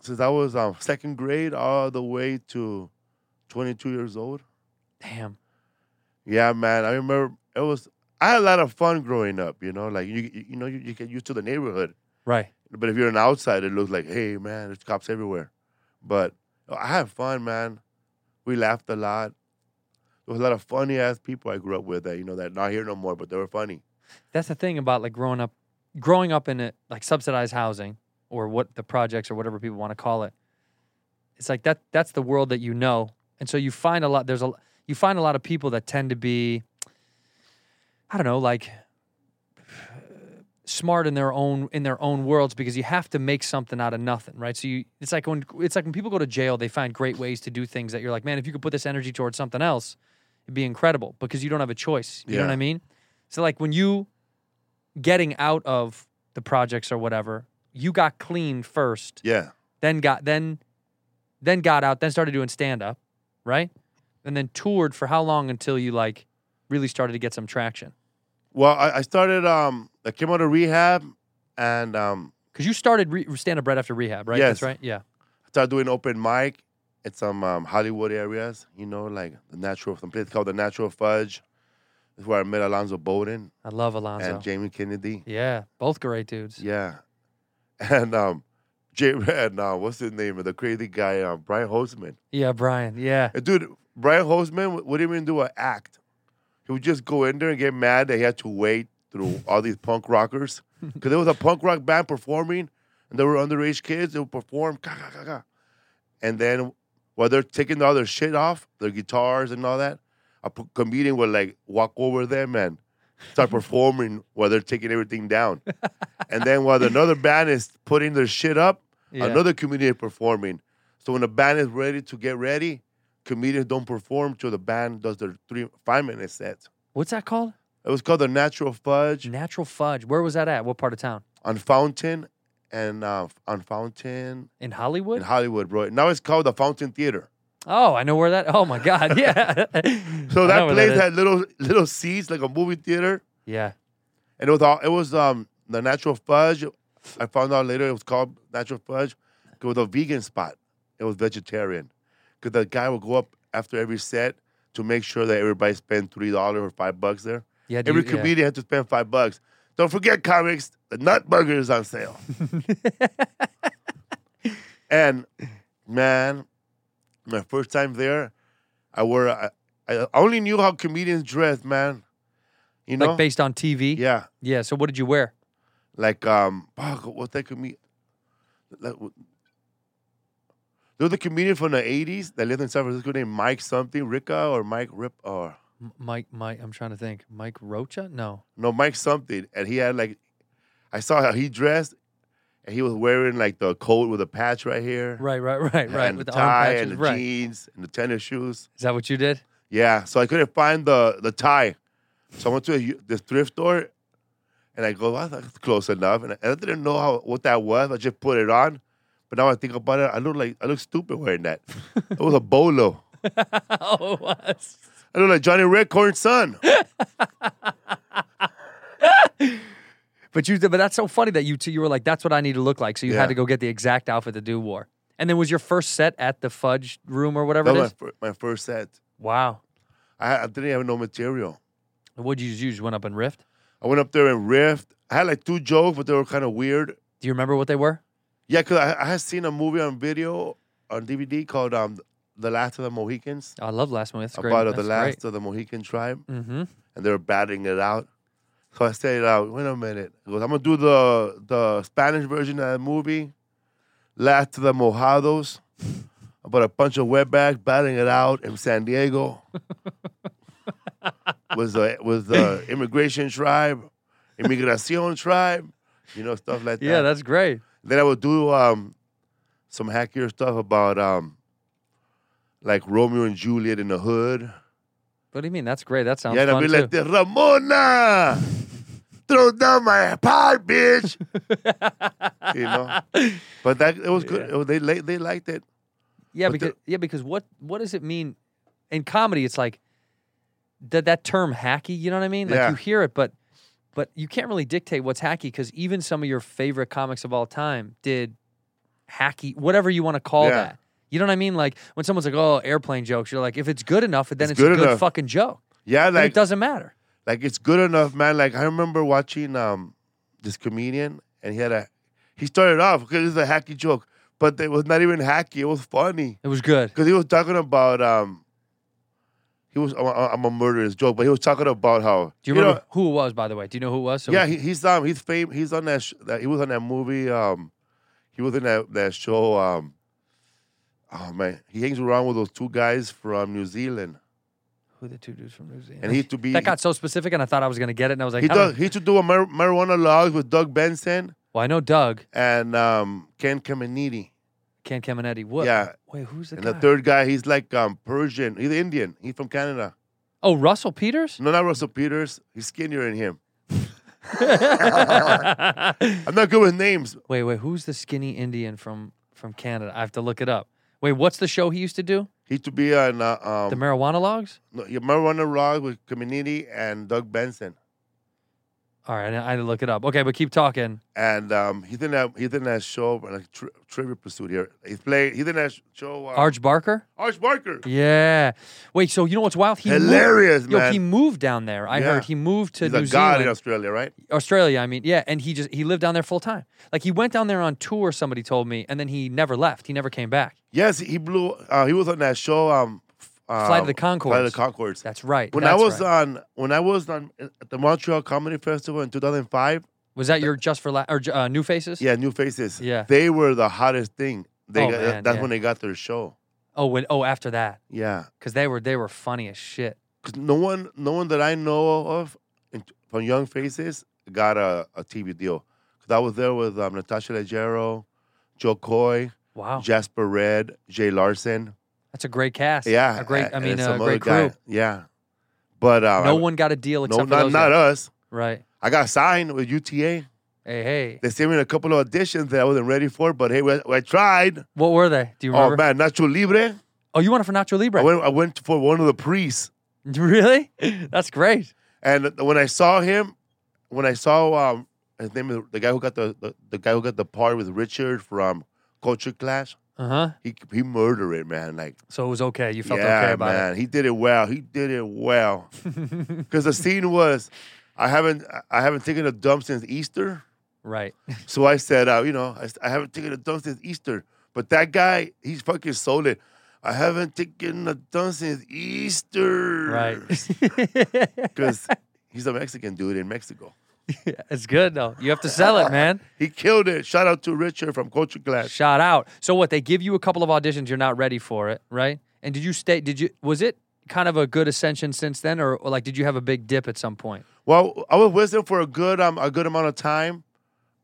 H: since I was um, second grade all the way to 22 years old.
A: Damn.
H: Yeah, man. I remember it was. I had a lot of fun growing up. You know, like you you, you know you, you get used to the neighborhood.
A: Right.
H: But if you're an outsider, it looks like, hey, man, there's cops everywhere. But I had fun, man. We laughed a lot. There was a lot of funny ass people I grew up with that, you know, that not here no more, but they were funny.
A: That's the thing about like growing up, growing up in it like subsidized housing or what the projects or whatever people want to call it. It's like that. That's the world that you know, and so you find a lot. There's a you find a lot of people that tend to be, I don't know, like smart in their own in their own worlds because you have to make something out of nothing, right? So you it's like when it's like when people go to jail, they find great ways to do things that you're like, man, if you could put this energy towards something else, it'd be incredible because you don't have a choice. You know what
H: Yeah.
A: I mean? So like when you getting out of the projects or whatever, you got clean first,
H: Yeah.
A: then got then then got out, then started doing stand up, right? And then toured for how long until you like really started to get some traction?
H: Well, I, I started. Um, I came out of rehab, and um,
A: Because you started re- stand up right after rehab, right? That's
H: Yes.
A: right. Yeah.
H: started doing open mic in some um, Hollywood areas. You know, like the natural, some place called the Natural Fudge. That's where I met Alonzo Bowden
A: I love Alonzo.
H: and Jamie Kennedy.
A: yeah. Both great dudes.
H: Yeah, and um, Jamie and uh, what's his name? The crazy guy, uh, Brian Holzman.
A: Yeah, Brian. Yeah.
H: And dude, Brian Holzman would even do an act. He would just go in there and get mad that he had to wait through all these punk rockers. Because there was a punk rock band performing, and there were underage kids. They would perform, ka, ka, ka, ka. and then while they're taking all their shit off, their guitars and all that, a p- comedian would like walk over them and start performing while they're taking everything down. and then while another band is putting their shit up,
A: Yeah.
H: another comedian performing. So when the band is ready to get ready, comedians don't perform till the band does their three five minute set.
A: What's that called?
H: It was called the Natural Fudge
A: Natural Fudge. Where was that at? What part of town?
H: on Fountain and uh, on Fountain
A: In Hollywood?
H: in Hollywood, bro. Now it's called the Fountain Theater.
A: oh, I know where that. Oh my God. Yeah.
H: So
A: I know
H: that
A: where
H: place
A: is.
H: had little little seats like a movie theater,
A: Yeah.
H: and it was all it was um the Natural Fudge. I found out later it was called Natural Fudge. 'cause It was a vegan spot. It was vegetarian, because the guy would go up after every set to make sure that everybody spent three dollars or five bucks there.
A: Yeah. do
H: Every
A: you- yeah.
H: comedian had to spend five bucks. Don't forget, comics, the nut burger is on sale. and man, my first time there, I wore. I, I only knew how comedians dress, man. You know,
A: Like based on TV?
H: yeah,
A: Yeah. So what did you wear?
H: like um, fuck, what's that comedian? Like, w- there was a comedian from the '80s that lived in San Francisco named Mike something, Ricca or Mike Rip or
A: M- Mike, Mike, I'm trying to think. Mike Rocha? No.
H: No, Mike something, and he had like, I saw how he dressed, and he was wearing like the coat with a patch right here,
A: Right, right, right, right.
H: and
A: With
H: the
A: the
H: tie
A: arm
H: and
A: patches.
H: the
A: right.
H: jeans and the tennis shoes.
A: Is that what you did?
H: Yeah, so I couldn't find the the tie, so I went to a, this thrift store, and I go, well, that's close enough, and I, and I didn't know how what that was. I just put it on, but now I think about it, I look like I look stupid wearing that. it was a bolo.
A: oh, it was.
H: I look like Johnny Redcorn's son.
A: But you, but that's so funny that you two, you were like, that's what I need to look like. So you
H: Yeah.
A: had to go get the exact outfit the dude wore. And then was your first set at the fudge room or whatever
H: that
A: it
H: was
A: is?
H: my, fir- my first set.
A: Wow. I
H: I, I didn't have no material.
A: What'd you just use? You went up and riffed?
H: I went up there and riffed. I had like two jokes, but they were kind of weird.
A: Do you remember what they were?
H: Yeah, because I, I had seen a movie on video on DVD called um, "The Last of the Mohicans"
A: Oh, I love Last Movie. That's great.
H: about uh,
A: That's
H: the last of the Mohican tribe,
A: Mm-hmm.
H: and they were battling it out. So I said, uh, "Wait a minute," I goes, "I'm gonna do the the Spanish version of that movie, Last of the Mojados." About a bunch of wetbacks battling it out in San Diego. was the was the immigration tribe, immigracion tribe, you know stuff like that.
A: Yeah, that's great.
H: Then I would do um, some hackier stuff about um, like Romeo and Juliet in the hood.
A: What do you mean? That's great. That sounds
H: yeah, and I'd
A: fun
H: be
A: too.
H: like, this, Ramona, throw down my pot, bitch. you know, but that it was good. It was- they li- they liked it.
A: yeah,
H: but
A: because
H: the-
A: yeah, because what what does it mean in comedy? It's like that that term hacky. You know what I mean? Like
H: Yeah.
A: you hear it, but but you can't really dictate what's hacky because even some of your favorite comics of all time did hacky, whatever you want to call
H: Yeah.
A: that. You know what I mean? Like when someone's like, "Oh, airplane jokes," you're like, "If it's good enough, then it's,
H: It's
A: a
H: good
A: good
H: enough.
A: fucking joke."
H: Yeah,
A: Then it
H: like
A: doesn't matter.
H: like it's good enough, man. Like I remember watching um this comedian, and he had a he started off because it's a hacky joke, but it was not even hacky. It was funny.
A: It was good.
H: because he was talking about um, he was I'm a- I'm a murderous joke, but he was talking about how
A: Do you, remember who it was, by the way? Do you know who it was? So
H: know, yeah, he, he's um he's fame he's on that, sh- that he was on that movie um he was in that that show um oh man he hangs around with those two guys from New Zealand
A: who the two dudes from New Zealand.
H: And he used to be
A: that got so specific, and I thought I was gonna get it, and I was like,
H: he,
A: I don't-
H: does, he used to do a mar- marijuana logs with Doug Benson
A: well, I know Doug
H: and um, Ken Caminiti.
A: Ken Caminetti. What?
H: Yeah.
A: Wait, who's the
H: And
A: guy?
H: the third guy, he's like um, Persian. He's Indian. He's from Canada.
A: oh, Russell Peters.
H: No, not Russell Peters. He's skinnier than him.
A: wait,
H: I'm not good with names.
A: wait, who's the skinny Indian from from Canada? I have to look it up. Wait, what's the show he used to do?
H: He used to be on uh, um,
A: The marijuana logs.
H: No, you remember on the Raw with Community and Doug Benson,
A: All right, I I had to look it up. Okay, but keep talking.
H: and um, he didn't have he didn't have show and like tri- trivia pursuit here. He's playing. He didn't have show. Uh,
A: Arch Barker.
H: Arch Barker.
A: Yeah. Wait. So you know what's wild? He moved-
H: Hilarious,
A: yo,
H: man.
A: he moved down there. I
H: Yeah.
A: heard he moved to
H: He's
A: New
H: a god in
A: Zealand,
H: Australia, right?
A: Australia. I mean, yeah. And he just he lived down there full time. Like he went down there on tour. Somebody told me, and then he never left. He never came back.
H: Yes, he blew. Uh, he was on that show. Um, f- um,
A: Flight of the
H: Flight of
A: Conchords.
H: the Concords.
A: That's right.
H: When
A: That's
H: I was uh,
A: right.
H: on, when I was on uh, at the Montreal Comedy Festival in 2005,
A: was that your just for la- or uh, new faces?
H: yeah, New Faces,
A: Yeah.
H: they were the hottest thing. They
A: Oh,
H: got,
A: man,
H: that's
A: yeah.
H: when they got their show.
A: Oh, when, oh, after that,
H: Yeah,
A: because they were they were funny as shit.
H: because no one, no one that I know of in, from Young Faces got a, a TV deal. Because I was there with um, Natasha Leggero, Joe Coy,
A: Wow,
H: Jasper Red, Jay Larson.
A: that's a great cast.
H: Yeah,
A: a great. I
H: and
A: mean,
H: some
A: a
H: other
A: great
H: guy.
A: crew.
H: Yeah, but um,
A: No
H: I-
A: one got a deal
H: no,
A: except for
H: not
A: those
H: not
A: guys.
H: us.
A: Right.
H: I got signed with UTA.
A: Hey, hey.
H: They sent me a couple of auditions that I wasn't ready for, but hey, I, I tried.
A: What were they? Do you remember?
H: Oh man, Nacho Libre.
A: Oh, you wanted for Nacho Libre?
H: I went. I went for one of the priests,
A: really? That's great.
H: and when I saw him, when I saw um, his name is the guy who got the, the the guy who got the part with Richard from Culture Clash.
A: Uh huh.
H: He he murdered it, man. Like
A: So it was okay. You felt
H: yeah,
A: okay about
H: man. He did it well. He did it well. Because the scene was, I haven't I haven't taken a dump since Easter.
A: it. Right.
H: So I said, uh, you know, I, s- I haven't taken a dump since Easter. But that guy, he's fucking sold it. I haven't taken a dump since Easter.
A: Right.
H: Because he's a Mexican dude in Mexico.
A: it's good though. You have to sell it, man.
H: He killed it. Shout out to Richard from Culture Clash.
A: Shout out. So what? They give you a couple of auditions. You're not ready for it, right? And did you stay? Did you? Was it kind of a good ascension since then, or, or like did you have a big dip at some point?
H: Well, I was with him for a good um a good amount of time,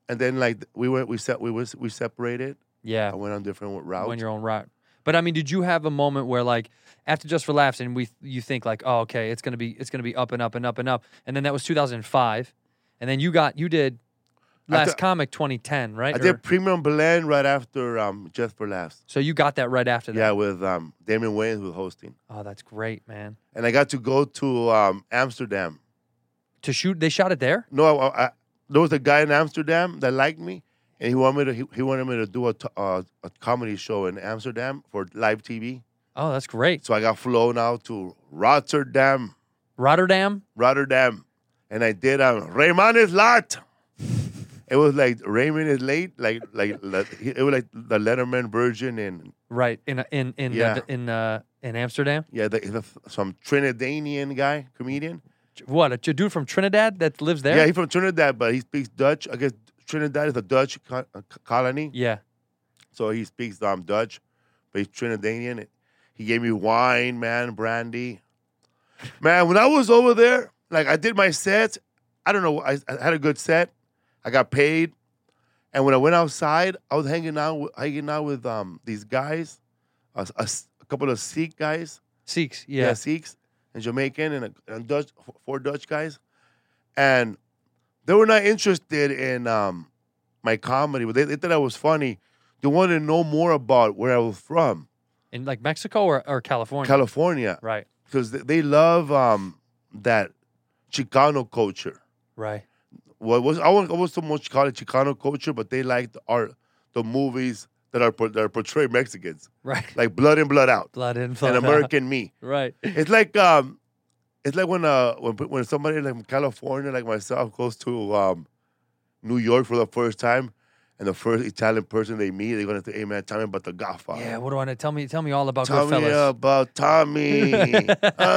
H: and then like we went we set we was we separated.
A: Yeah.
H: I went on different routes.
A: on your own route. But I mean, did you have a moment where like after Just for Laughs and we you think like, oh, okay, it's gonna be it's gonna be up and up and up and up, and then that was 2005, and then you got you did
H: I
A: Last
H: did-
A: Comic 2010, right?
H: I
A: Or-
H: did Premium Blend right after um Just for Laughs.
A: So you got that right after that.
H: Yeah, with um Damon Wayans with hosting,
A: Oh, that's great, man.
H: and I got to go to um Amsterdam.
A: To shoot, they shot it there.
H: No, I, I, there was a guy in Amsterdam that liked me, and he wanted me to he, he wanted me to do a, t- uh, a comedy show in Amsterdam for live TV.
A: Oh, that's great.
H: So I got flown out to Rotterdam,
A: Rotterdam.
H: Rotterdam, and I did um Raymond is late. It was like Raymond is late, like like le- it was like the Letterman version in
A: Right in in in
H: Yeah.
A: uh, in uh, in Amsterdam.
H: yeah the, the, some Trinidadian guy comedian.
A: What a dude from Trinidad that lives there.
H: Yeah, he's from Trinidad, but he speaks Dutch. I guess Trinidad is a Dutch co- uh, co- colony,
A: yeah.
H: so he speaks um, Dutch, but he's Trinidadian. He gave me wine, man, brandy. Man, when I was over there, like I did my sets. I don't know. I, I had a good set. I got paid, and when I went outside, I was hanging out, with, hanging out with um these guys, a, s- a s- a couple of Sikh guys
A: Sikhs.
H: yeah,
A: Yeah.
H: Sikhs and Jamaican and, a, and Dutch, four Dutch guys, and they were not interested in um, my comedy, but they, they thought I was funny. They wanted to know more about where I was from,
A: In like Mexico or, or California.
H: California,
A: right.
H: because they, they love um, that Chicano culture.
A: Right.
H: Well, it was I won't- I was so much call it Chicano culture, but they liked our the movies that are por- that are portray Mexicans,
A: Right.
H: like Blood in Blood Out,
A: Blood in blood
H: and
A: out.
H: American Me.
A: Right.
H: It's like um, it's like when uh when when somebody like from California like myself goes to um, New York for the first time, and the first Italian person they meet, they're gonna say, "Hey man, tell me about the Godfather."
A: Yeah. What do I want to tell me? Tell me all about
H: Tell me uh,
A: Goodfellas.
H: about Tommy.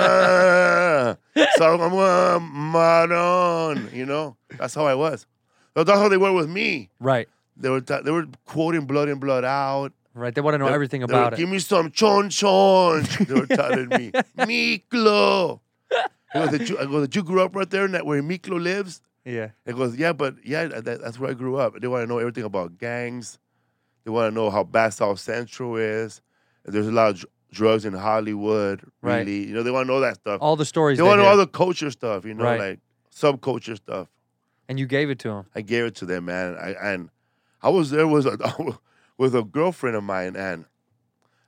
H: Ah, so I'm uh, Maron. You know, that's how I was. That's how they were with me.
A: Right.
H: They were t- they were quoting Blood and Blood Out.
A: right? They want to know everything
H: They were,
A: about it.
H: Uh, Give me some chon chon. They were telling me, Miklo. I go, "Did you- I go, "Did you grew up right there in that where Miklo lives?
A: Yeah.
H: It goes, yeah, but yeah, that, that's where I grew up. They want to know everything about gangs. They want to know how bad South Central is. And there's a lot of dr- drugs in Hollywood,
A: Right.
H: really. You know, they want to know that stuff.
A: All the stories.
H: they want to know
A: hear.
H: all the culture stuff, you know,
A: Right.
H: like subculture stuff.
A: and you gave it to him.
H: I gave it to them, man. I, and I was there with a, with a girlfriend of mine, and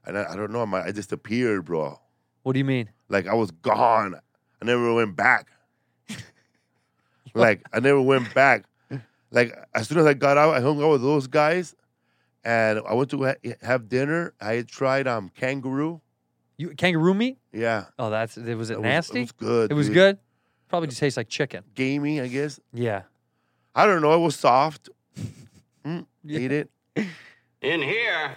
H: and I, I don't know, man, I disappeared, bro.
A: What do you mean?
H: Like I was gone. I never went back. like I never went back. Like as soon as I got out, I hung out with those guys, and I went to ha- have dinner. I had tried um kangaroo.
A: You kangaroo meat?
H: Yeah,
A: Oh, that's it. Was it,
H: That was-
A: nasty?
H: It was good.
A: It was
H: dude.
A: good. Probably just tastes like chicken.
H: Gamey, I guess.
A: Yeah.
H: I don't know. It was soft. Mm,
A: Yeah.
H: Ate it.
B: In here,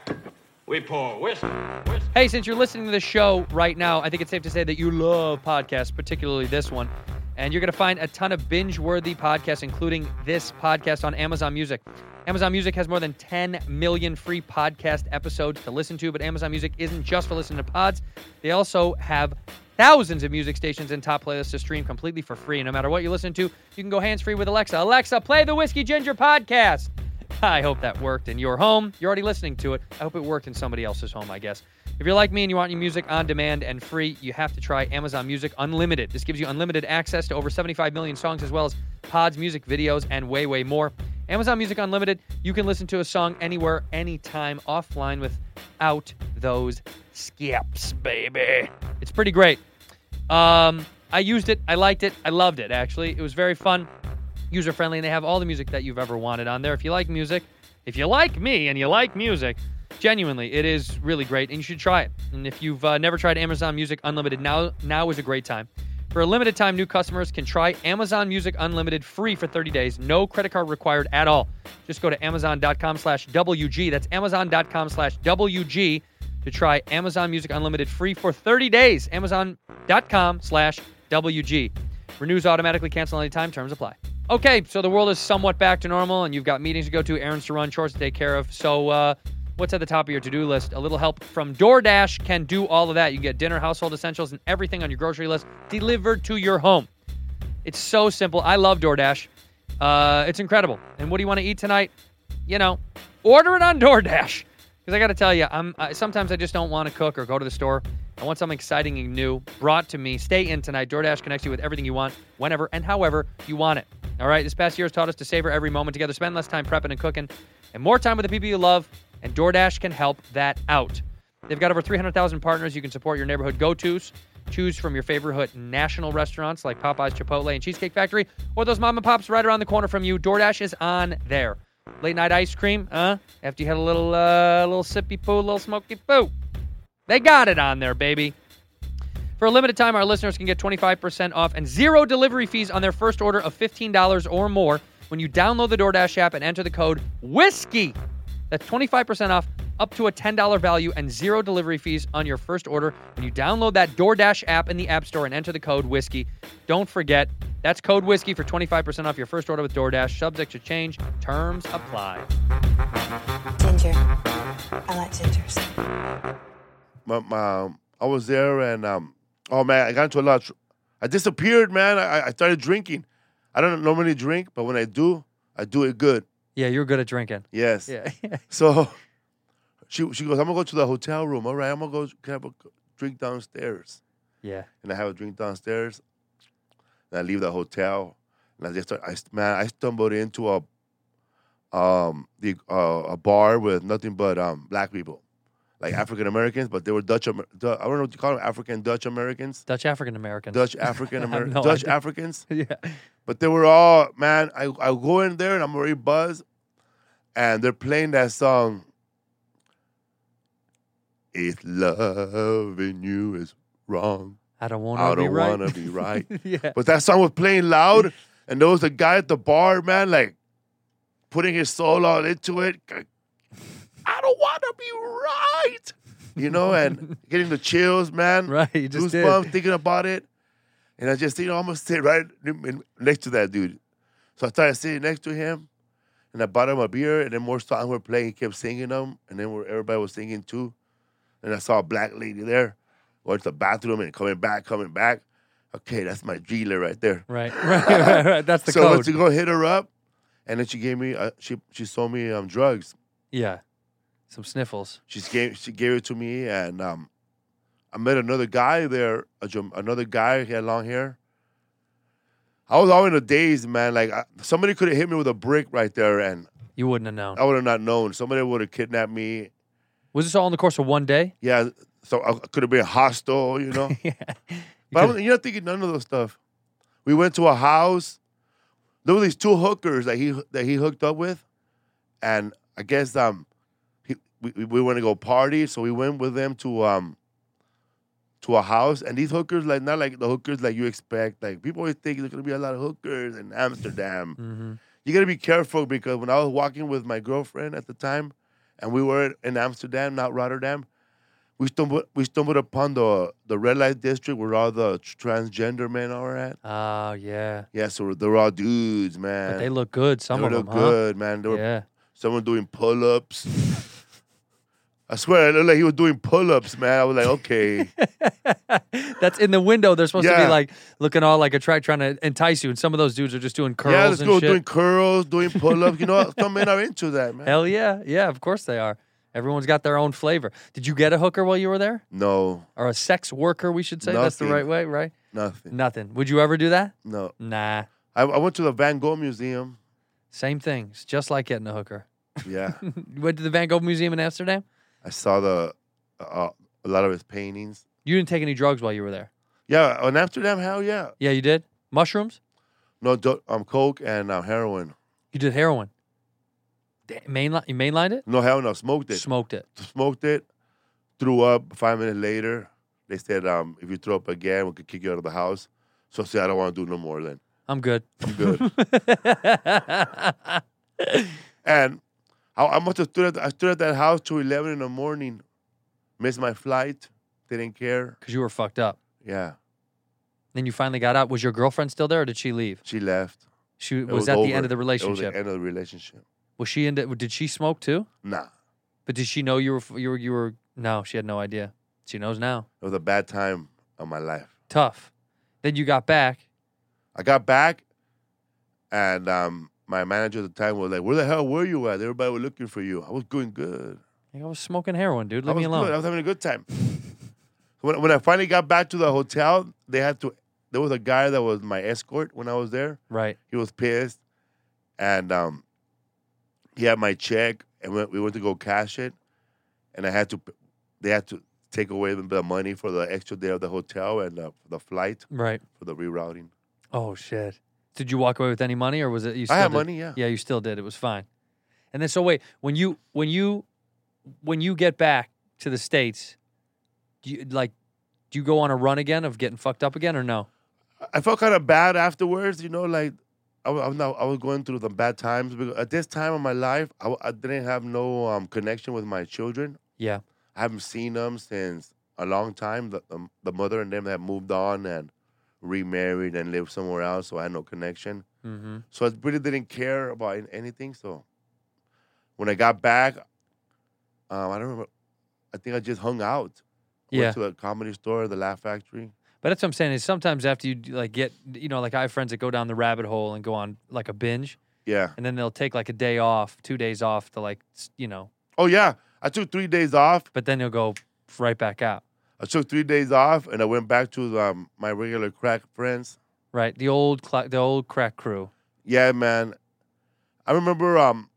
B: we pour whiskey, whiskey.
A: Hey, since you're listening to the show right now, I think it's safe to say that you love podcasts, particularly this one. And you're going to find a ton of binge worthy podcasts, including this podcast on Amazon Music. Amazon Music has more than 10 million free podcast episodes to listen to, but Amazon Music isn't just for listening to pods. They also have thousands of music stations and top playlists to stream completely for free. And no matter what you listen to, you can go hands free with Alexa. Alexa, play the Whiskey Ginger podcast. I hope that worked in your home. You're already listening to it. I hope it worked in somebody else's home, I guess. If you're like me and you want your music on demand and free, you have to try Amazon Music Unlimited. This gives you unlimited access to over 75 million songs, as well as pods, music videos, and way, way more. Amazon Music Unlimited, you can listen to a song anywhere, anytime, offline without those skips, baby. It's pretty great. Um, I used it. I liked it. I loved it, actually. It was very fun, user friendly, and they have all the music that you've ever wanted on there. If you like music, if you like me and you like music, genuinely, it is really great, and you should try it. And if you've uh, never tried Amazon Music Unlimited, now now is a great time. For a limited time, new customers can try Amazon Music Unlimited free for 30 days. No credit card required at all. Just go to amazon.com slash WG. That's amazon.com slash WG to try Amazon Music Unlimited free for 30 days. Amazon.com slash WG. Renews automatically, cancel anytime, terms apply. Okay, so the world is somewhat back to normal and you've got meetings to go to, errands to run, chores to take care of. So, uh, what's at the top of your to do list? A little help from DoorDash can do all of that. You can get dinner, household essentials, and everything on your grocery list delivered to your home. It's so simple. I love DoorDash. Uh, it's incredible. And what do you want to eat tonight? You know, order it on DoorDash. Because I got to tell you, I'm I, sometimes I just don't want to cook or go to the store. I want something exciting and new brought to me. Stay in tonight. DoorDash connects you with everything you want, whenever and however you want it. All right. This past year has taught us to savor every moment together, spend less time prepping and cooking, and more time with the people you love. And DoorDash can help that out. They've got over 300,000 partners you can support your neighborhood go tos. Choose from your favorite national restaurants like Popeyes, Chipotle, and Cheesecake Factory, or those mom and pops right around the corner from you. DoorDash is on there. Late night ice cream, huh? After you had a little, uh, little sippy poo, little smoky poo. They got it on there, baby. For a limited time, our listeners can get 25% off and zero delivery fees on their first order of $15 or more when you download the DoorDash app and enter the code WHISKEY. That's 25% off, up to a $10 value, and zero delivery fees on your first order when you download that DoorDash app in the App Store and enter the code WHISKEY. Don't forget, that's code WHISKEY for 25% off your first order with DoorDash. Subject to change, terms apply.
G: Ginger. I like gingers.
H: my, my I was there and um oh man, I got into a lot. Of tr- I disappeared, man. I, I started drinking. I don't normally drink, but when I do, I do it good.
A: Yeah, you're good at drinking.
H: Yes.
A: Yeah.
H: So she she goes, I'm gonna go to the hotel room. All right, I'm gonna go can I have a drink downstairs.
A: yeah.
H: And I have a drink downstairs. And I leave the hotel. And I just start, I man, I stumbled into a um the uh, a bar with nothing but um black people. Like African Americans, but they were Dutch. Amer- Du- I don't know what you call them, African Dutch Americans.
A: Dutch African American.
H: Dutch African American
A: no
H: Dutch
A: idea.
H: Africans.
A: yeah.
H: But they were all man. I I go in there and I'm already buzzed, and they're playing that song. If loving you is wrong,
A: I don't want
H: I
A: to be
H: don't
A: right.
H: wanna be right.
A: yeah.
H: but that song was playing loud, and there was a guy at the bar, man, like putting his soul all into it. I don't wanna be right, you know, and getting the chills, man
A: Right. You just did.
H: goosebumps thinking about it. And I just, you know, I'm gonna sit right in- in- next to that dude. So I started sitting next to him, and I bought him a beer, and then more songs were playing. He kept singing them, and then where everybody was singing too. And I saw a black lady there, going to the bathroom and coming back, coming back. Okay, that's my dealer right there.
A: Right, right, right, right. That's the
H: so I went
A: code.
H: to go hit her up, and then she gave me uh, she she sold me um drugs.
A: yeah, some sniffles.
H: She gave she gave it to me, and um, I met another guy there, a, Jam- another guy he had long hair. I was all in a daze, man. Like I, somebody could have hit me with a brick right there, and
A: You wouldn't have known.
H: I would have not known. Somebody would have kidnapped me.
A: Was this all in the course of one day?
H: Yeah, so I could have been hostile, you know.
A: yeah.
H: But I was, you're not thinking none of those stuff. We went to a house. There were these two hookers that he that he hooked up with, and I guess um, he, we we- we went to go party, so we went with them to um, to a house, and these hookers like not like the hookers like you expect. Like people always think there's gonna be a lot of hookers in Amsterdam.
A: hmm
H: You gotta be careful because when I was walking with my girlfriend at the time, and we were in Amsterdam, not Rotterdam, we stumbled we stumbled upon the the red light district where all the transgender men are at.
A: Oh yeah,
H: Yeah, so they were all dudes, man.
A: but they look good.
H: They
A: Some of them,
H: look
A: huh?
H: good, man. They were
A: Yeah.
H: someone doing pull ups. I swear, it looked like he was doing pull ups, man. I was like, okay.
A: That's in the window. They're supposed to
H: Yeah.
A: be like looking all like a track trying to entice you, and some of those dudes are just doing curls
H: yeah, let's
A: and
H: go
A: shit.
H: doing curls, doing pull ups. You know, some men are into that, man.
A: Hell yeah, yeah. Of course they are. Everyone's got their own flavor. Did you get a hooker while you were there,
H: No,
A: or a sex worker? We should say that's the
H: Nothing.
A: right way, right?
H: nothing.
A: Nothing. Would you ever do that?
H: No.
A: Nah.
H: I, I went to the Van Gogh Museum.
A: Same things, just like getting a hooker.
H: Yeah.
A: you went to the Van Gogh Museum in Amsterdam.
H: I saw the uh, a lot of his paintings.
A: You didn't take any drugs while you were there.
H: Yeah, in Amsterdam, hell yeah.
A: Yeah, you did. Mushrooms.
H: No, do- um, coke and um, heroin.
A: You did heroin. Da- Mainline. You mainlined it.
H: No, hell no, smoked it.
A: Smoked it.
H: smoked it, threw up. Five minutes later, they said, um, if you throw up again, we could kick you out of the house. So I said, I don't want to do no more then.
A: I'm good.
H: I'm good. and I, I must have stood at, I stood at that house till 11 in the morning. Missed my flight. Didn't care.
A: Cause you were fucked up.
H: Yeah,
A: Then you finally got out. Was your girlfriend still there, or did she leave?
H: she left.
A: She
H: It
A: was, that the
H: over.
A: end of the
H: It was
A: relationship.
H: the end of the relationship.
A: was she into? Did she smoke too?
H: Nah, it
A: But did she know you were f- you were you were? No, she had no idea. She knows now.
H: was a bad time of my life.
A: Tough. Then you got back.
H: I got back, and um, my manager at the time was like, "Where the hell were you at? Everybody was looking for you. I was doing good.
A: Like, I was smoking heroin, dude.
H: I
A: Leave
H: was
A: me alone.
H: Good. I was having a good time." when, when I finally got back to the hotel, they had to. There was a guy that was my escort when I was there.
A: right.
H: He was pissed, and um, he had my check, and we, we went to go cash it, and I had to. p- They had to take away the money for the extra day of the hotel and uh, the flight
A: Right.
H: for the rerouting.
A: Oh shit. Did you walk away with any money, or was it you? Still
H: I had
A: did-
H: money, yeah.
A: Yeah, you still did. It was fine. And then so wait, when you when you when you get back to the states, do you like do you go on a run again of getting fucked up again or no?
H: I felt kind of bad afterwards, you know, like I, wa- I was not, I was going through the bad times because at this time of my life, I, wa- I didn't have no um, connection with my children.
A: Yeah.
H: I haven't seen them since a long time. The, um, the mother and them have moved on and remarried and lived somewhere else, so I had no connection.
A: Mm-hmm.
H: So I really didn't care about an- anything. So when I got back, um, I don't remember. I think I just hung out.
A: Yeah.
H: Went to the comedy store, the Laugh Factory.
A: But that's what I'm saying is sometimes after you do, like get you know like I have friends that go down the rabbit hole and go on like a binge
H: Yeah.
A: and then they'll take like a day off, two days off to like s- you know,
H: Oh yeah, I took three days off.
A: but then they'll go right back out.
H: I took three days off and I went back to um, my regular crack friends.
A: Right, the old cla the old crack crew.
H: Yeah, man. I remember um,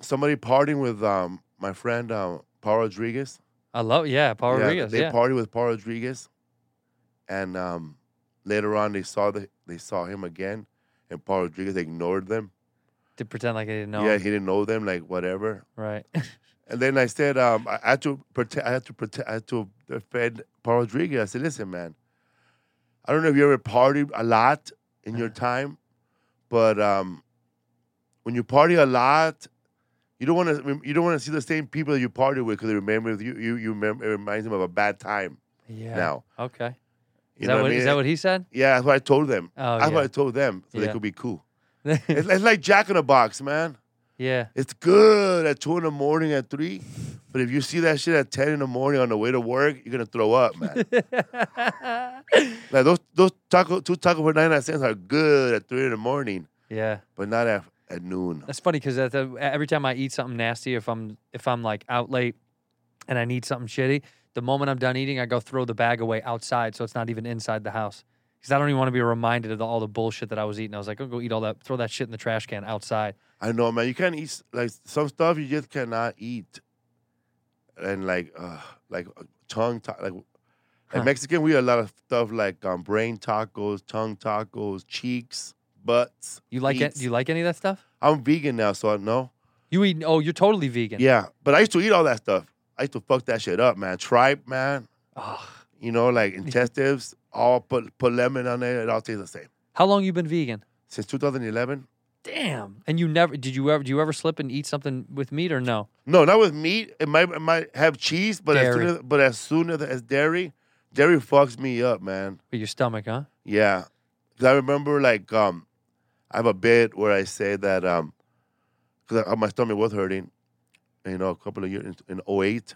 H: somebody partying with um, my friend um, Paul Rodriguez.
A: I love yeah, Paul
H: Yeah,
A: Rodriguez.
H: They
A: Yeah,
H: party with Paul Rodriguez, and um, later on they saw the, they saw him again, and Paul Rodriguez ignored them.
A: to pretend like I didn't know.
H: Yeah,
A: him.
H: he didn't know them, like whatever.
A: Right.
H: And then I said, um, I I had to protect, I had to protect, I had to defend Paul Rodriguez. I said, listen, man, I don't know if you ever partied a lot in
A: Uh-huh.
H: your time, but um, when you party a lot, you don't want to, you don't want to see the same people that you party with because they remember you, you, you remember, it reminds them of a bad time
A: Yeah.
H: now.
A: Okay.
H: You
A: Is
H: know
A: that,
H: what
A: what,
H: I mean?
A: is that what he said?
H: yeah, that's what I told them.
A: Oh,
H: that's what
A: yeah.
H: I told them so
A: Yeah.
H: they could be cool. it's, it's like Jack in the Box, man.
A: Yeah.
H: It's good at two in the morning, at three. But if you see that shit at ten in the morning on the way to work, you're gonna throw up, man. like those those taco two taco for ninety nine cents are good at three in the morning,
A: Yeah.
H: but not at at noon.
A: That's funny because every time I eat something nasty, if I'm if I'm like out late and I need something shitty, the moment I'm done eating, I go throw the bag away outside, so it's not even inside the house. Because I don't even want to be reminded of the, all the bullshit that I was eating. I was like, oh, go eat all that, throw that shit in the trash can outside.
H: I know, man. You can't eat s- like some stuff you just cannot eat, and like uh, like uh, tongue ta- like.
A: Huh.
H: Like Mexican, we eat a lot of stuff like um, brain tacos, tongue tacos, cheeks, butts.
A: You like it?
H: feets.
A: Do you like any of that stuff?
H: I'm vegan now, so I know.
A: You eat? Oh, you're totally vegan.
H: Yeah, but I used to eat all that stuff. I used to fuck that shit up, man. Tripe, man.
A: Ugh.
H: You know, like intestines, all put put lemon on it. It all tastes the same.
A: How long you been vegan?
H: Since 2011.
A: Damn. And you never did you ever do you ever slip and eat something with meat or no?
H: No, not with meat. It might it might have cheese, but as soon
A: Dairy.
H: as, but as soon as, as dairy, dairy fucks me up, man.
A: With your stomach, huh?
H: Yeah, 'Cause I remember like um, I have a bit where I say that um, because my stomach was hurting, you know, a couple of years in, in 08,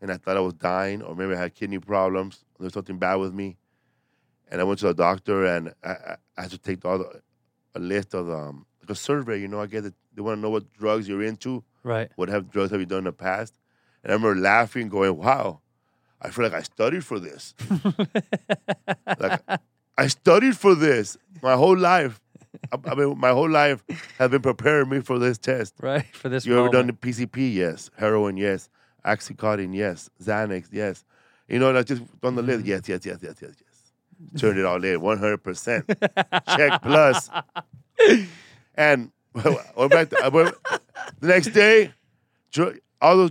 H: and I thought I was dying or maybe I had kidney problems. There's something bad with me, and I went to the doctor and I, I, I had to take all the, a list of um like a survey. You know, I get it. They want to know what drugs you're into
A: Right.
H: what have drugs have you done in the past? And I remember laughing, going, wow, I feel like I studied for this. like, I studied for this my whole life. I, I mean, my whole life has been preparing me for this test.
A: Right. For this.
H: You ever done the
A: moment.
H: PCP? Yes. Heroin? Yes. Oxycontin? Yes. Xanax? Yes. You know, like just on the
A: Mm-hmm.
H: list. Yes, yes, yes, yes, yes, yes. Turned it all in, 100%. Check plus. And or back to- I went- the next day, dr- all those,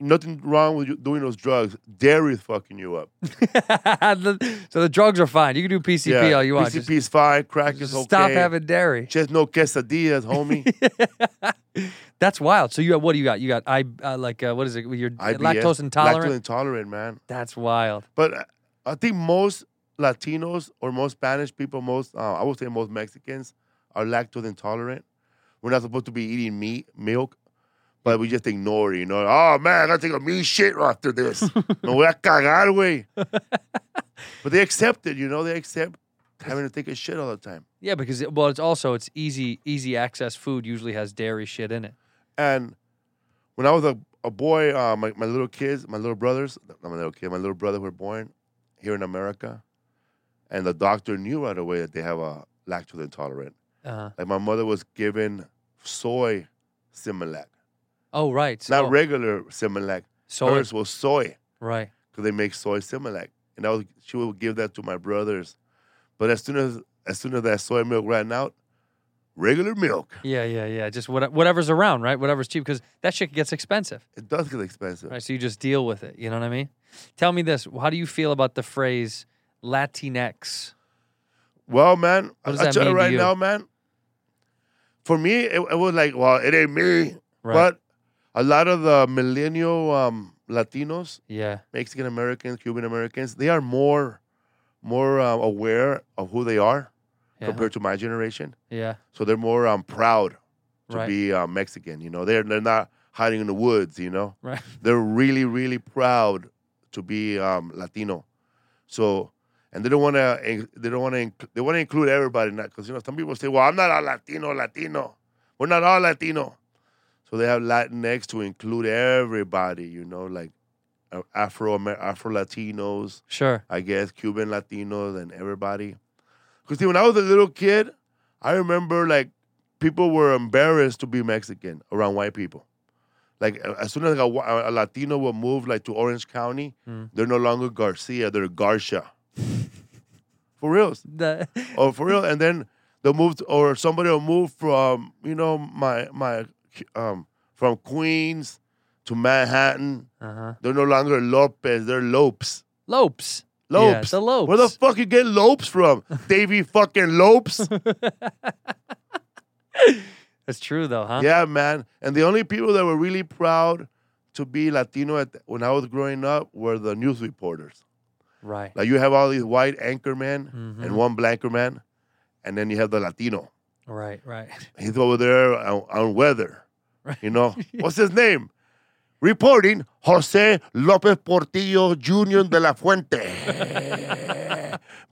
H: nothing wrong with you doing those drugs. Dairy is fucking you up.
A: The- so the drugs are fine. You can do PCP all you want.
H: PCP
A: Just-
H: is fine. Crack
A: just
H: is okay.
A: Stop having dairy.
H: Just no quesadillas, homie.
A: That's wild. So you got what do you got? You got I uh, like uh, what is it? You're
H: IBS,
A: lactose intolerant.
H: Lactose intolerant, man.
A: That's wild.
H: But I- I think most Latinos or most Spanish people, most uh, I would say most Mexicans are lactose intolerant. We're not supposed to be eating meat, milk, but we just ignore it. You know, oh man, I gotta take a meat shit after this. no voy a cagar, güey. but they accept it. You know, they accept having to take a shit all the time.
A: Yeah, because it, well, it's also it's easy easy access food usually has dairy shit in it.
H: And when I was a, a boy, uh, my, my little kids, my little brothers, not my little kid, my little brother were born here in America. And the doctor knew right away that they have a lactose intolerant.
A: Uh,
H: Like my mother was given soy Similac,
A: oh right, so,
H: not regular Similac.
A: So
H: Hers was soy
A: right, because
H: because they make soy Similac, and I was she would give that to my brothers. But as soon as as soon as that soy milk ran out, regular milk
A: yeah, yeah, yeah. Just what, whatever's around, right? Whatever's cheap, because that shit gets expensive,
H: it does get expensive.
A: right? So you just deal with it. You know what I mean? Tell me this: How do you feel about the phrase Latinx?
H: Well, man, I-
A: does
H: I
A: that
H: tell you
A: mean to
H: right
A: you?
H: now, man. For me, it, it was like, well, it ain't me.
A: Right.
H: But a lot of the millennial um, Latinos,
A: Yeah,
H: Mexican Americans, Cuban Americans, they are more, more um, aware of who they are
A: yeah,
H: compared to my generation.
A: yeah,
H: So they're more um, proud to
A: Right.
H: be um, Mexican. You know, they're they're not hiding in the woods. You know,
A: right,
H: they're really really proud to be um, Latino. So and they don't want to they don't want to they want to include everybody not because you know some people say well I'm not a Latino Latino we're not all Latino so they have Latinx to include everybody you know like uh, Afro Afro Latinos
A: sure,
H: I guess Cuban Latinos and everybody. Cause see, when I was a little kid, I remember like people were embarrassed to be Mexican around white people. Like a- as soon as like, a, whi- a Latino would move like to Orange County, they're no longer Garcia, they're Garcia. for reals.
A: the,
H: Oh, for real. And then they'll move, to, or somebody will move from, you know, my, my, um, from Queens to Manhattan.
A: uh-huh.
H: They're no longer Lopez, they're Lopes.
A: Lopes,
H: Lopes.
A: yeah, the Lopes.
H: Where the fuck you get Lopes from? Davy fucking Lopes?
A: That's true though, huh?
H: yeah, man. And the only people that were really proud to be Latino at, when I was growing up were the news reporters.
A: right.
H: Like you have all these white anchor men
A: Mhm.
H: and one blacker man, and then you have the Latino.
A: Right, right.
H: He's over there on, on weather. You know, what's his name? Reporting Jose Lopez Portillo Jr. de la Fuente.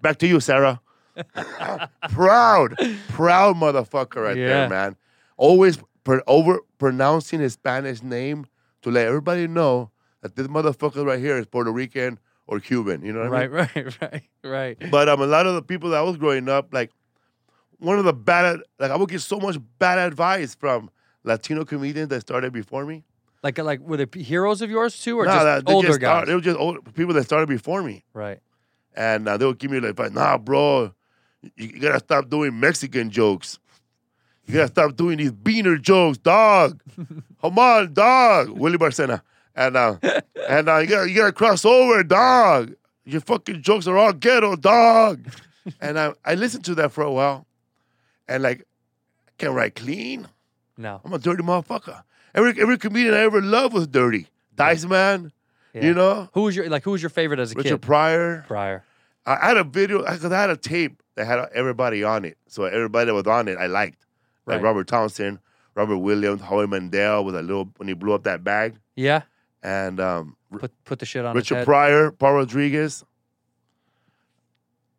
H: Back to you, Sarah. proud, proud motherfucker right
A: Yeah.
H: there, man. Always pr- over pronouncing his Spanish name to let everybody know that this motherfucker right here is Puerto Rican or Cuban. You know what I mean?
A: Right, right, right, right.
H: But um, a lot of the people that I was growing up, like one of the bad, like I would get so much bad advice from Latino comedians that started before me.
A: Like, uh, like were they p- heroes of yours too, or
H: Nah,
A: just
H: they
A: older
H: just
A: guys?
H: start- they were just old people that started before me,
A: right.
H: and uh, they would give me like, "Nah, bro, you, you gotta stop doing Mexican jokes. You gotta stop doing these beaner jokes, dog. Come on, dog, Willie Barcena, and uh, and uh, you gotta you gotta cross over, dog. Your fucking jokes are all ghetto, dog." and I I listened to that for a while, and like, I can write clean.
A: No.
H: I'm a dirty motherfucker. Every every comedian I ever loved was dirty. Dice Man, you know,
A: Who was your like? Who was your favorite as a
H: Richard
A: kid?
H: Pryor.
A: Pryor.
H: I I had a video because I had a tape that had everybody on it. So everybody that was on it, I liked, like
A: Right.
H: Robert Townsend, Robert Williams, Howie Mandel with a little when he blew up that bag,
A: Yeah.
H: and um, R-
A: Put put the shit on his
H: Richard
A: head. Mm-hmm.
H: Pryor, Paul Rodriguez,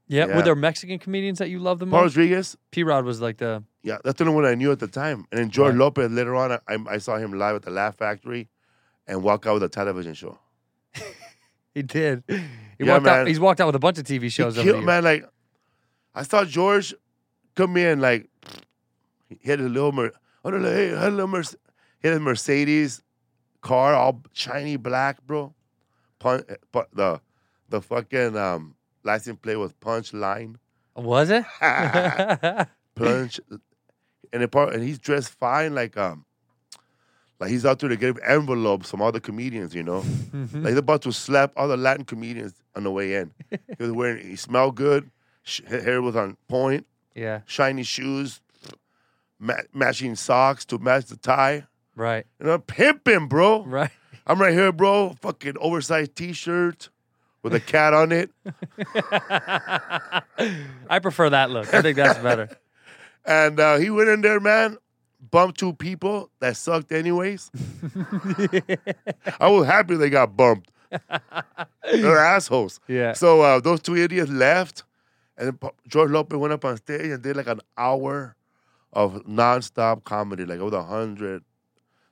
A: yeah.
H: Yeah.
A: Were there Mexican comedians that you loved the
H: Paul
A: most?
H: Rodriguez.
A: P Rod was like the
H: Yeah, that's the only one I knew at the time. And then George
A: Right.
H: Lopez. Later on, I, I saw him live at the Laugh Factory, and walk out with a television show.
A: he did. He
H: Yeah,
A: walked out.
H: man.
A: He's walked out with a bunch of TV shows.
H: He
A: over the
H: killed-
A: years.
H: man. Like I saw George come in, like he had a little, mer- órale, hey, had a little mer- he had a Mercedes car, all shiny black, bro. Pun- eh, pu- the the fucking um, license plate was punch line,
A: Was it? right.
H: punch, and the part, and he's dressed fine, like um, like he's out there to give envelopes from all the comedians, you know. Like he's about to slap all the Latin comedians on the way in. He was wearing, he smelled good, sh- his hair was on point,
A: Yeah.
H: shiny shoes, ma- matching socks to match the tie.
A: Right.
H: And I'm pimping, bro.
A: Right.
H: I'm right here, bro. Fucking oversized T-shirt with a cat on it,
A: I prefer that look. I think that's better.
H: and uh, he went in there, man. Bumped two people that sucked, anyways. I was happy they got bumped. They're assholes.
A: Yeah.
H: So uh, those two idiots left, and then Pa- George Lopez went up on stage and did like an hour of nonstop comedy, like it was hundred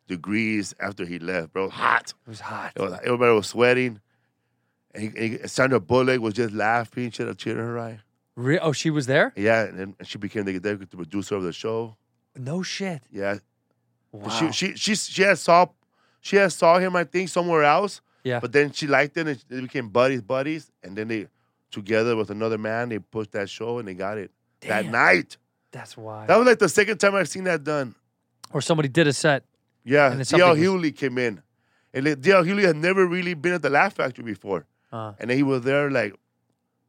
H: degrees after he left, bro. It was hot.
A: It was hot.
H: It was, everybody was sweating, and, he, and Sandra Bullock was just laughing, cheering, cheering her right.
A: Re- oh, she was there?
H: Yeah, and, then she became the executive producer of the show.
A: No shit.
H: Yeah,
A: Wow.
H: she she she she had saw she had saw him I think somewhere else.
A: yeah.
H: But then she liked it, and they became buddies, buddies. And then they, together with another man, they pushed that show, and they got it that
A: Damn.
H: night.
A: that's wild.
H: That was like the second time I've seen that done.
A: or somebody did a set.
H: Yeah,
A: And then
H: D.L.
A: something
H: Hewley came in, and like, D.L. Hewley had never really been at the Laugh Factory before,
A: Uh,
H: and then he was there like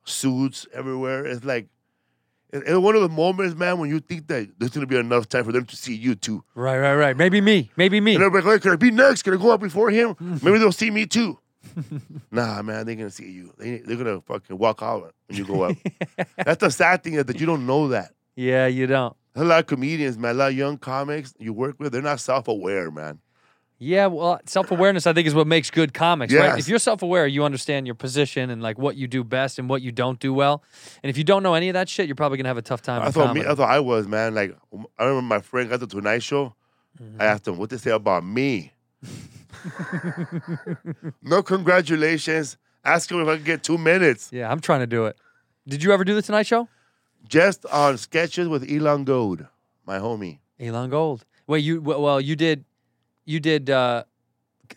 H: suits everywhere. It's like. it- It's one of the moments, man, when you think that there's gonna be enough time for them to see you too.
A: right, right, right. Maybe me. Maybe me.
H: And everybody's like, could I be next? Could I go up before him? Maybe they'll see me too. nah, man, they're gonna see you. They, they're gonna fucking walk out when you go up. That's the sad thing is that you don't know that.
A: Yeah, you don't.
H: A lot of comedians, man, a lot of young comics you work with, they're not self aware, man.
A: Yeah, well, self awareness, I think, is what makes good comics, right? If
H: Yes.
A: you're self aware, you understand your position and like what you do best and what you don't do well. And if you don't know any of that shit, you're probably gonna have a tough time.
H: I
A: in
H: thought me,
A: comedy.
H: I thought I was, man. Like I remember my friend got the Tonight Show. I asked him what they say about me. no congratulations. Ask him if I can get two minutes.
A: yeah, I'm trying to do it. Did you ever do the Tonight Show?
H: Just on sketches with Elon Gold, my homie.
A: Elon Gold. Wait, you w- well, you did, you did uh,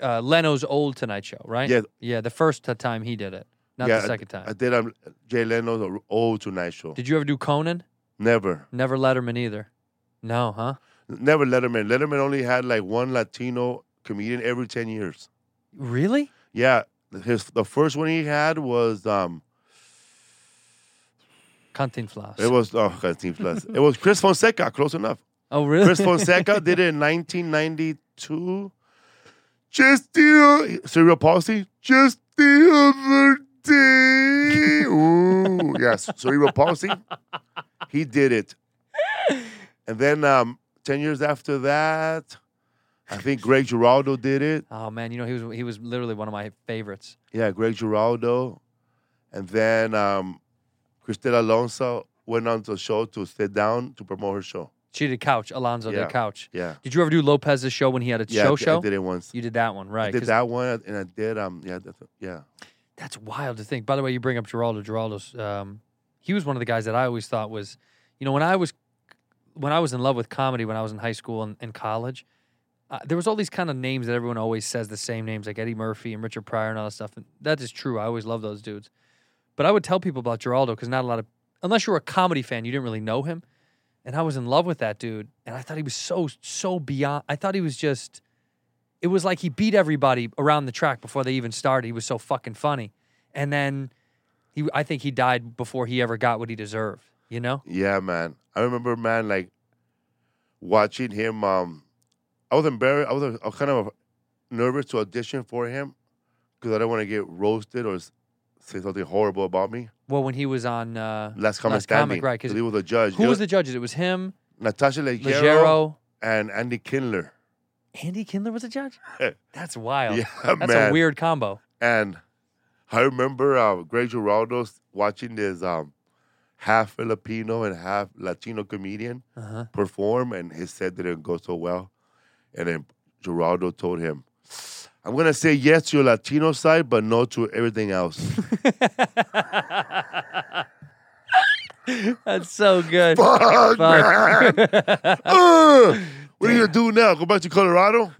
A: uh, Leno's old Tonight Show, right?
H: Yeah.
A: Yeah, the first t- time he did it, not the
H: I-
A: second time.
H: I did um, Jay Leno's or- old Tonight Show.
A: did you ever do Conan?
H: Never,
A: Never Letterman either. No, huh?
H: never Letterman. Letterman only had like one Latino comedian every ten years.
A: Really?
H: Yeah, his the first one he had was um
A: Cantinflas.
H: it was oh God, Steve Plus. it was Chris Fonseca. Close enough.
A: oh, really?
H: Chris Fonseca did it in 1992. Just the cerebral palsy. Just the other day. Ooh, yes, cerebral palsy. He did it. And then um, ten years after that, I think Greg Giraldo did it.
A: Oh man, you know he was he was literally one of my favorites.
H: Yeah, Greg Giraldo. And then um, Cristel Alonso went on to a show to sit down to promote her show.
A: Cheated couch, Alonzo, their
H: Yeah.
A: couch.
H: Yeah.
A: Did you ever do Lopez's show when he had a
H: Yeah, I
A: show
H: di-
A: show?
H: I did it once.
A: You did that one, right?
H: I did
A: 'cause
H: that one, and I did um yeah that's, yeah
A: That's wild to think. By the way, you bring up Geraldo. Geraldo's um, he was one of the guys that I always thought was, you know, when I was when I was in love with comedy when I was in high school and, and college, uh, there was all these kind of names that everyone always says the same names like Eddie Murphy and Richard Pryor and all that stuff. And that is true. I always love those dudes. But I would tell people about Geraldo because not a lot of unless you were a comedy fan, you didn't really know him. And I was in love with that dude, and I thought he was so so beyond. I thought he was just. It was like he beat everybody around the track before they even started. He was so fucking funny, and then he. I think he died before he ever got what he deserved. You know.
H: yeah man I remember man like watching him um I was embarrassed I was, uh, I was kind of nervous to audition for him because I didn't want to get roasted or s- say something horrible about me
A: Well, when he was on uh,
H: last comment
A: Last Comic,
H: standing
A: right, 'cause
H: because he was a judge
A: who
H: It
A: was the judges? It was him,
H: Natasha Leggero,
A: Leggero.
H: and Andy Kindler
A: Andy Kindler was a judge. That's wild.
H: Yeah,
A: That's a
H: man.
A: weird combo.
H: and I remember uh, Greg Giraldo s- watching this um half Filipino and half Latino comedian
A: Uh-huh.
H: perform, and his set didn't go so well. And then Geraldo told him, I'm going to say yes to your Latino side, but no to everything else.
A: That's so good.
H: Fuck, man.
A: Fuck.
H: Ugh. what are you going to do now? Go back to Colorado?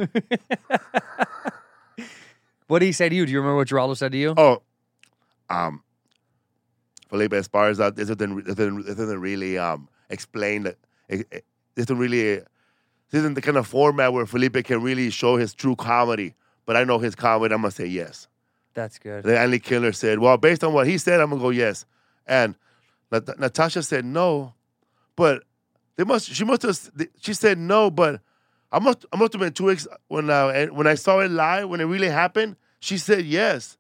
A: what did he say to you? Do you remember what Geraldo said to you?
H: oh, um, Felipe Esparza this isn't, this isn't, this isn't really um, explained. it- it- it- eh, This isn't really, this isn't the kind of format where Felipe can really show his true comedy. But I know his comedy, I'm going to say yes.
A: That's good.
H: Then Andy Kindler said, Well, based on what he said, I'm gonna go yes. And Nat- Natasha said no, but they must. She must have. She said no, but I must. I must have been too ex- when I when I saw it live when it really happened. She said yes,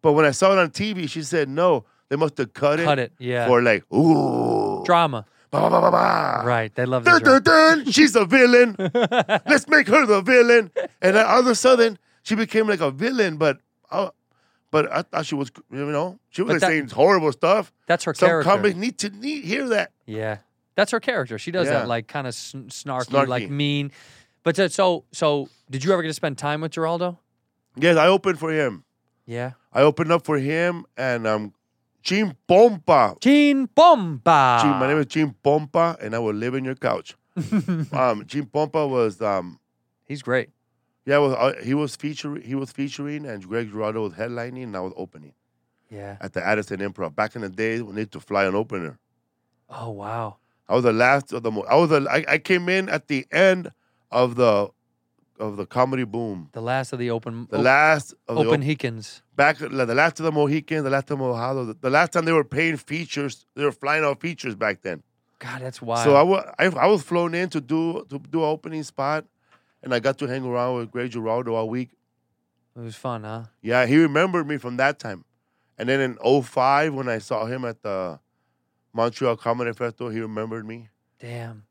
H: but when I saw it on TV, she said no. They must have cut it.
A: Cut it, yeah.
H: Or like ooh.
A: Drama.
H: Ba, ba, ba, ba.
A: Right. They love the
H: Dun,
A: drama.
H: dun, dun. She's a villain. Let's make her the villain. And then all of a sudden, she became like a villain. But, uh, but I thought she was, you know, she was
A: But
H: like
A: that-
H: saying horrible stuff.
A: That's her
H: Some
A: character.
H: comics need to need hear that.
A: Yeah, that's her character. She does
H: Yeah.
A: that like kind of sn- snarky, like
H: Snarky.
A: mean. But so, so so, did you ever get to spend time with Geraldo?
H: Yes, I opened for him.
A: Yeah.
H: I opened up for him and um, Jim Pompa.
A: Gene Bomba.
H: Jim, my name is Jim Pompa, and I will live in your couch. um, Jim Pompa was um,
A: He's great.
H: yeah, was, uh, he was featuring, he was featuring, and Greg Giraldo was headlining, and I was opening.
A: Yeah.
H: at the Addison Improv. Back in the days, we need to fly an opener.
A: Oh wow.
H: I was the last of the. Mo- I was the. I, I came in at the end of the, of the comedy boom.
A: The last of the open
H: The
A: op-
H: last of the
A: Oh, open
H: op-
A: Hicans.
H: back, the last of the Mohicans, the last of the Mojados. The, the last time they were paying features, they were flying out features back then.
A: God, that's wild.
H: So I wa- I I was flown in to do to do an opening spot, and I got to hang around with Greg Giraldo all week.
A: it was fun, huh?
H: Yeah, he remembered me from that time. And then in 05, when I saw him at the Montreal Comedy Festival, he remembered me.
A: Damn.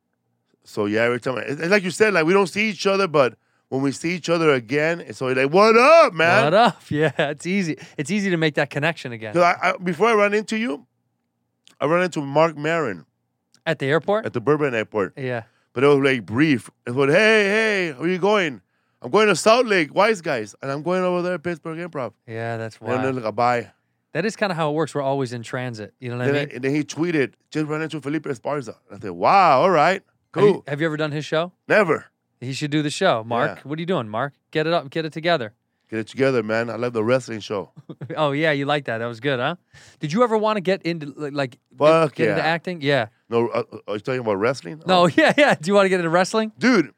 H: So yeah, every time, it's- it's like you said, like we don't see each other, but when we see each other again, it's always like, "What up, man?"
A: What up? Yeah, it's easy. It's easy to make that connection again
H: 'Cause I, I, before I run into you, I ran into Mark Marin
A: at the airport.
H: at the Bourbon Airport,
A: yeah.
H: but it was like brief. It was, "Hey, hey, where you going?" I'm going to Salt Lake, Wise Guys, and I'm going over there at Pittsburgh Improv.
A: Yeah, that's
H: And then
A: wild.
H: like, a bye.
A: That is kind of how it works. We're always in transit. You know what I
H: Then,
A: mean?
H: and then he tweeted, "Just ran into Felipe Esparza." I said, "Wow, all right,
A: Have you-
H: cool,
A: have you ever done his show?
H: never."
A: He should do the show. Mark, what are you doing, Mark? Get it up, get it together.
H: Get it together, man. I love the wrestling show.
A: Oh yeah, you like that. That was good, huh? Did you ever want to get into like, like
H: Fuck
A: get into
H: yeah.
A: acting? Yeah.
H: No, uh, uh, are you talking about wrestling? Oh.
A: No, yeah, yeah. Do you want to get into wrestling?
H: dude.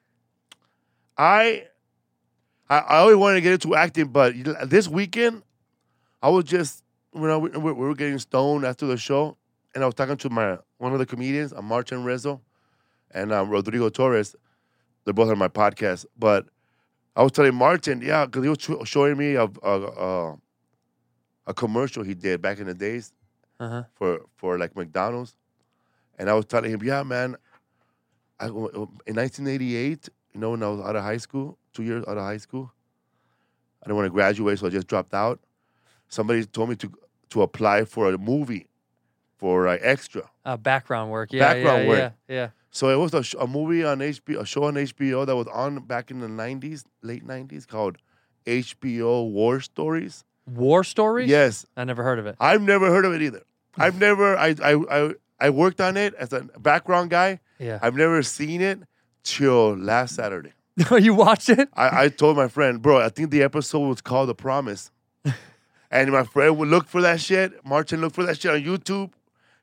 H: I, I I always wanted to get into acting, but you know, this weekend I was just when I, we, we were getting stoned after the show, and I was talking to my one of the comedians, uh, Martin Rezzo, and um, Rodrigo Torres. They're both on my podcast, but I was telling Martin, yeah, because he was tw- showing me a, a, a a commercial he did back in the days
A: Uh-huh.
H: for for like McDonald's, and I was telling him, yeah, man, I, in 1988, you know, when I was out of high school, two years out of high school. I didn't want to graduate, so I just dropped out. Somebody told me to to apply for a movie, for uh, extra.
A: Uh, background work. Yeah,
H: Background
A: yeah,
H: work.
A: Yeah, yeah.
H: So it was a, sh- a movie on HBO, a show on HBO that was on back in the '90s, late '90s, called HBO War Stories.
A: War stories.
H: Yes,
A: I never heard of it.
H: I've never heard of it either. I've never. I I I, I worked on it as a background guy.
A: Yeah.
H: I've never seen it till last Saturday.
A: you watched it?
H: I, I told my friend, bro, I think the episode was called The Promise. and my friend would look for that shit. Martin looked for that shit on YouTube.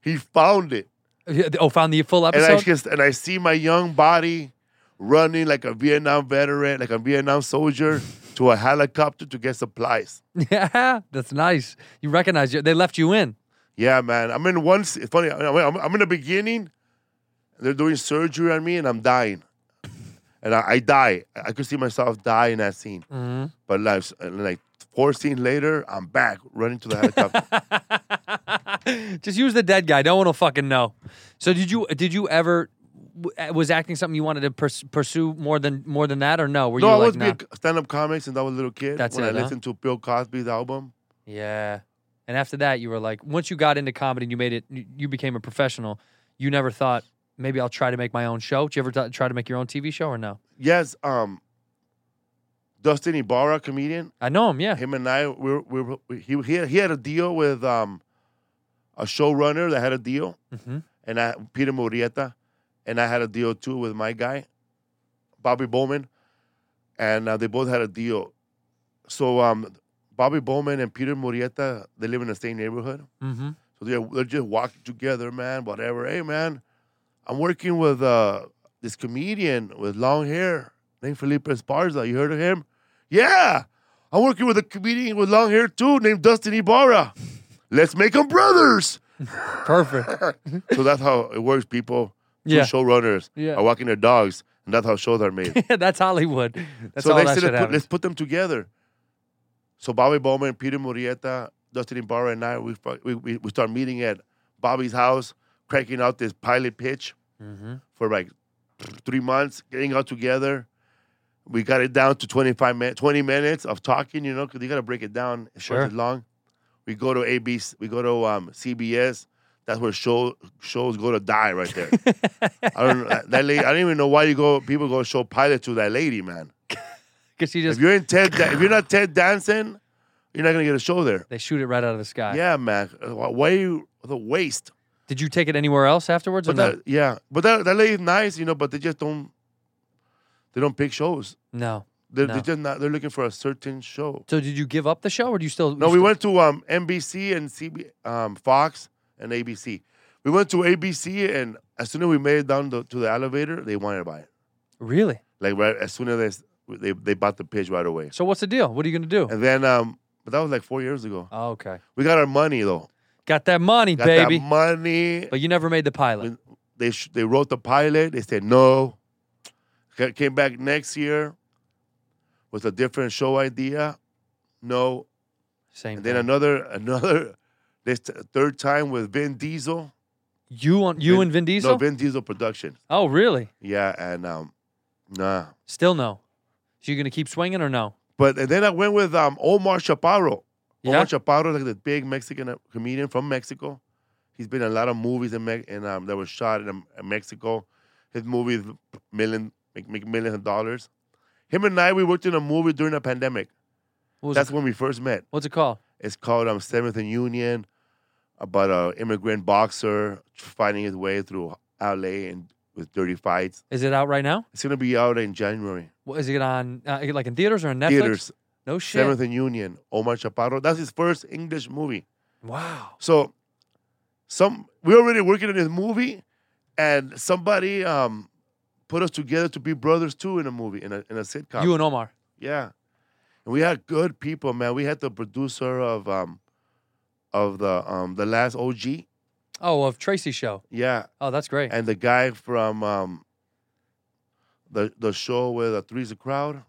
H: He found it.
A: Yeah, Oh, found the full
H: And
A: episode.
H: I just and I see my young body running like a Vietnam veteran, like a Vietnam soldier to a helicopter to get supplies.
A: yeah, that's nice. You recognize you. They left you in.
H: Yeah, man. I'm in one. s- It's funny. I'm, I'm, I'm in the beginning. They're doing surgery on me, and I'm dying. And I, I die. I I could see myself die in that scene.
A: Mm-hmm.
H: But like, s- and like four scenes later, I'm back running to the helicopter.
A: Just use the dead guy. No one will fucking know. So did you? Did you ever? w- Was acting something you wanted to pers- pursue more than more than that, or no? Were
H: no,
A: you
H: I
A: like,
H: was
A: nah?
H: big stand-up comic since I was a little kid.
A: That's
H: when
A: it,
H: I
A: huh?
H: listened to Bill Cosby's album.
A: Yeah. And after that, you were like, once you got into comedy and you made it, you you became a professional. You never thought maybe I'll try to make my own show. Did you ever t- try to make your own TV show or no?
H: Yes, um, Dustin Ibarra, comedian.
A: I know him. Yeah.
H: Him and I, we were, we were, he, he had- he had a deal with um, a showrunner that had a deal.
A: hmm
H: and I Peter Murrieta, and I had a deal too with my guy, Bobby Bowman, and uh, they both had a deal. So um, Bobby Bowman and Peter Murrieta, they live in the same neighborhood,
A: hmm
H: so they're they're just walking together, man. Whatever, hey man, I'm working with uh, this comedian with long hair named Felipe Esparza. You heard of him? Yeah, I'm working with a comedian with long hair too named Dustin Ibarra. Let's make them brothers.
A: Perfect.
H: So that's how it works, people. Two
A: Yeah.
H: showrunners
A: Yeah.
H: are walking their dogs, and that's how shows are made.
A: That's Hollywood. That's
H: so
A: all
H: they
A: that
H: said,
A: shit
H: let's put,
A: happens.
H: let's put them together. So Bobby Bowman, Peter Murrieta, Dustin Ibarra, and I, we, fu- we, we, we start meeting at Bobby's house, cracking out this pilot pitch
A: Mm-hmm.
H: for like three months, getting out together. We got it down to 25 minutes, 20 minutes of talking, you know, because you got to break it down. It's
A: Sure.
H: sure. long. We go to ABC, we go to um, CBS. That's where show, shows go to die right there. I don't know, that lady. I don't even know why you go. People go show pilot to that lady, man.
A: Because you
H: If
A: just,
H: you're in Ted, Da- if you're not Ted Danson, you're not gonna get a show there.
A: they shoot it right out of the sky.
H: Yeah, man. Uh, why- Why you the waste?
A: Did you take it anywhere else afterwards? Or
H: But
A: no?
H: that, yeah, but that that lady's nice, you know. But they just don't. They don't pick shows.
A: no.
H: They're,
A: No.
H: they're just not. They're looking for a certain show.
A: So did you give up the show or do you still?
H: No,
A: you
H: we
A: still-
H: went to um, NBC and CB, um, Fox and ABC. We went to ABC, and as soon as we made it down to, to the elevator, they wanted to buy it.
A: Really?
H: Like right as soon as they they, they bought the pitch right away.
A: So what's the deal? What are you going to do?
H: And then, um, but that was like four years ago.
A: Oh, okay.
H: We got our money though.
A: Got that money,
H: Got
A: baby.
H: that money.
A: but you never made the pilot.
H: They sh- they wrote the pilot. They said no. Ca- Came back next year with a different show idea. No.
A: Same
H: And then
A: thing.
H: another another this t- third time with Vin Diesel.
A: You on you and Vin Diesel?
H: No, Vin Diesel production.
A: oh, really?
H: Yeah, and um, nah.
A: Still no. So you gonna keep swinging or no?
H: But and then I went with um Omar Chaparro.
A: Yeah?
H: Omar Chaparro, like the big Mexican uh, comedian from Mexico. He's been in a lot of movies in, Me- in um, that were shot in, um, in Mexico. His movies million make, make millions of dollars. Him and I, we worked in a movie during the pandemic.
A: What was
H: That's
A: it,
H: when we first met.
A: what's it called?
H: It's called um, Seventh and Union, about a immigrant boxer finding his way through LA and with dirty fights.
A: Is it out right now?
H: It's gonna be out in January.
A: What, is it on uh, like in theaters or on Netflix?
H: Theaters,
A: No shit.
H: Seventh and Union, Omar Chaparro. That's his first English movie.
A: Wow.
H: So some we were already working on this movie, and somebody um, put us together to be brothers too in a movie in a in a sitcom.
A: You and Omar.
H: yeah, and we had good people, man. We had the producer of um, of the um, the last OG,
A: Oh, of Tracy show.
H: yeah,
A: Oh, that's great.
H: and the guy from um, the the show with uh, Three's a Crowd,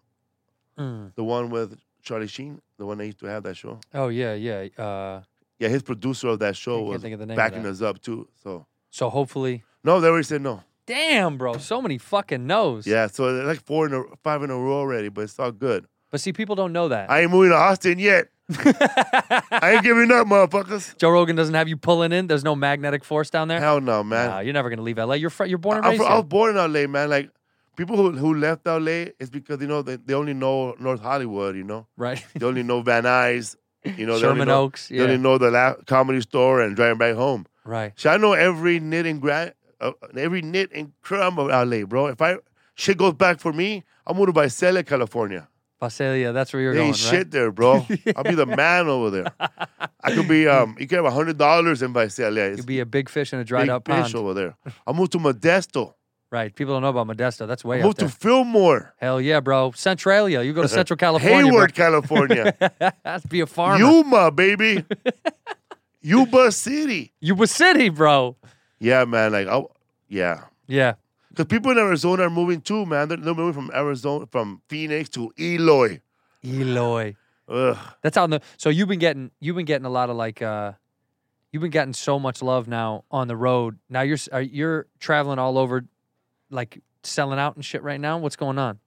A: Mm.
H: the one with Charlie Sheen, the one that used to have that show.
A: Oh yeah, yeah. Uh,
H: Yeah, his producer of that show
A: I can't
H: was
A: think of the name of
H: backing
A: that.
H: us up too. So
A: so hopefully,
H: no, they already said no.
A: Damn, bro. So many fucking no's.
H: Yeah, so they're like four in a, five in a row already, but it's all good.
A: But see, people don't know that.
H: I ain't moving to Austin yet. I ain't giving up, motherfuckers.
A: Joe Rogan doesn't have you pulling in. There's no magnetic force down there.
H: Hell no,
A: Nah,
H: man.
A: you're never gonna leave LA. You're fr- you're born and
H: I'm
A: raised
H: from, I was
A: here.
H: born in LA, man. Like people who who left LA is because you know they, they only know North Hollywood, you know.
A: right?
H: They only know Van Nuys, you know. they only
A: Sherman
H: know-
A: Oaks,
H: They
A: yeah.
H: only know the la- comedy store and driving back home.
A: right.
H: So I know every knit and gra- uh, every knit and crumb of LA, bro. If I shit goes back for me, I'm moving to Visalia, California.
A: Visalia, that's where you're
H: There
A: going,
H: ain't
A: right?
H: shit there, bro. I'll be the man over there. I could be um. You could have hundred dollars in Visalia. It's
A: You'd be a big fish in a dried
H: big
A: up pond.
H: fish over there. I moved to Modesto.
A: Right. People don't know about Modesto. That's way
H: I
A: up
H: moved
A: there.
H: to Fillmore,
A: Hell yeah, bro. Centralia. You go to Central California.
H: Hayward, California,
A: bro. That's be a farmer.
H: Yuma, baby, Yuba City.
A: Yuba City, bro.
H: Yeah, man. Like, I, yeah.
A: Yeah.
H: Because people in Arizona are moving too, man. They're, they're moving from Arizona, from Phoenix to Eloy.
A: Eloy.
H: Ugh.
A: That's on the so you've been getting you've been getting a lot of like uh you've been getting so much love now on the road. Now you're s- are, you're traveling all over like selling out and shit right now. What's going on?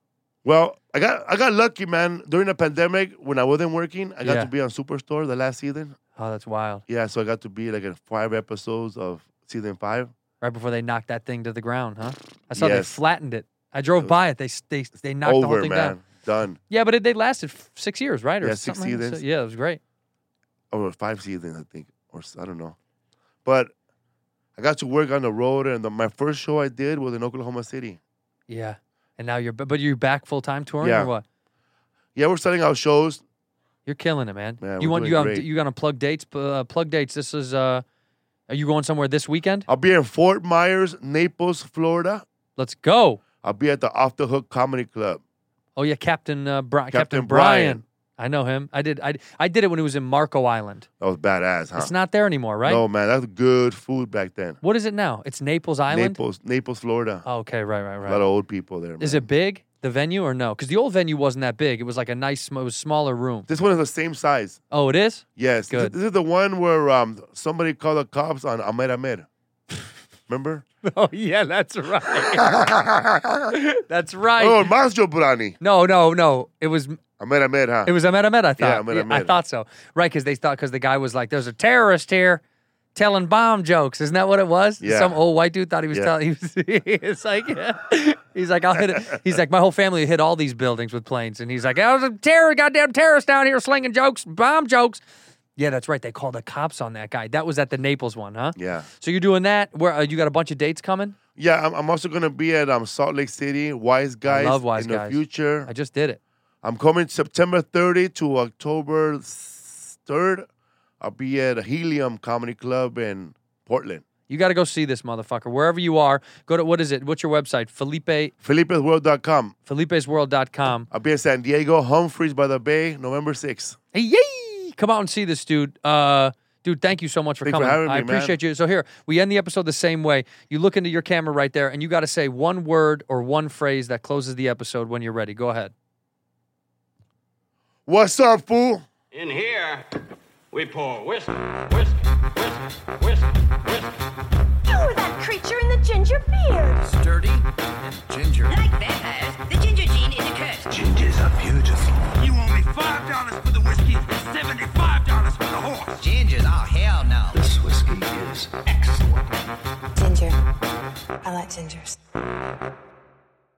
H: Well, I got I got lucky, man. During the pandemic, when I wasn't working, I got
A: Yeah.
H: to be on Superstore the last season.
A: Oh, that's wild.
H: Yeah, so I got to be like in five episodes of season five.
A: Right before they knocked that thing to the ground, huh? I saw they
H: Yes.
A: flattened it. I drove by it. They s- they they knocked the whole
H: Over,
A: thing
H: man.
A: down.
H: Done.
A: Yeah, but it, they lasted f- six years, right?
H: Yeah, six
A: something like that. So-
H: seasons.
A: yeah, it was great.
H: Over five seasons, I think, or s- I don't know. But I got to work on the road, and the, my first show I did was in Oklahoma City.
A: Yeah, and now you're b- but you're back full time touring
H: Yeah.
A: or what?
H: Yeah, we're selling out shows.
A: You're killing it, man.
H: Man,
A: you
H: we're
A: want
H: doing
A: you on,
H: great.
A: you gonna plug dates? Uh, plug dates. This is uh, are you going somewhere this weekend?
H: I'll be in Fort Myers, Naples, Florida.
A: Let's go.
H: I'll be at the Off the Hook Comedy Club.
A: Oh yeah, Captain uh, Bri- Captain,
H: Captain
A: Brian.
H: Brian.
A: I know him. I did. I I did it when he was in Marco Island.
H: That was badass, huh?
A: It's not there anymore, right?
H: Uh, No, man, that's good food back then.
A: What is it now? It's Naples Island.
H: Naples, Naples, Florida.
A: Oh, okay, right, right,
H: A lot
A: right.
H: of old people there.
A: Is
H: man.
A: it big? The venue or no? Because the old venue wasn't that big. It was like a nice, sm- it was smaller room.
H: This one is the same size.
A: Oh, it is.
H: Yes. This-
A: Good.
H: This, is the one where um somebody called the cops on Ahmed Ahmed. Remember?
A: Oh yeah, that's right. that's right.
H: oh, Masjo Burani.
A: No, no, no. It was
H: Ahmed Ahmed, huh?
A: it was Ahmed Ahmed. I thought.
H: Ahmed
A: I
H: Ahmed.
A: thought so. Right, because they thought because the guy was like, "There's a terrorist here." Telling bomb jokes, isn't that what it was?
H: Yeah.
A: Some old white dude thought he was
H: Yeah.
A: telling. He was, it's like he's like I'll hit it. He's like my whole family hit all these buildings with planes, and he's like I was a terror, goddamn terrorist down here slinging jokes, bomb jokes. Yeah, that's right. They called the cops on that guy. That was at the Naples one, huh?
H: yeah.
A: So you're doing that? Where uh, you got a bunch of dates coming?
H: Yeah, I'm, I'm also gonna be at um Salt Lake City, Wise Guys
A: love Wise
H: in
A: Guys.
H: the future.
A: I just did it.
H: I'm coming September 30 to October s- 3rd. I'll be at Helium Comedy Club in Portland.
A: You got to go see this motherfucker wherever you are. Go to what is it? What's your website? Felipe
H: Felipe'sWorld.com.
A: Felipe'sWorld.com.
H: I'll be in San Diego, Humphreys by the Bay, November 6th.
A: Hey, yay! Come out and see this dude. Uh, dude, thank you so much for
H: Thanks for
A: coming.
H: having
A: I
H: me, man.
A: appreciate you. So here we end the episode the same way. You look into your camera right there, and you got to say one word or one phrase that closes the episode when you're ready. Go ahead.
H: What's up, fool?
B: In here, we pour whisk, whisk, whisk, whisk, whisk.
C: You were that creature in the ginger beard.
E: Sturdy, Oh,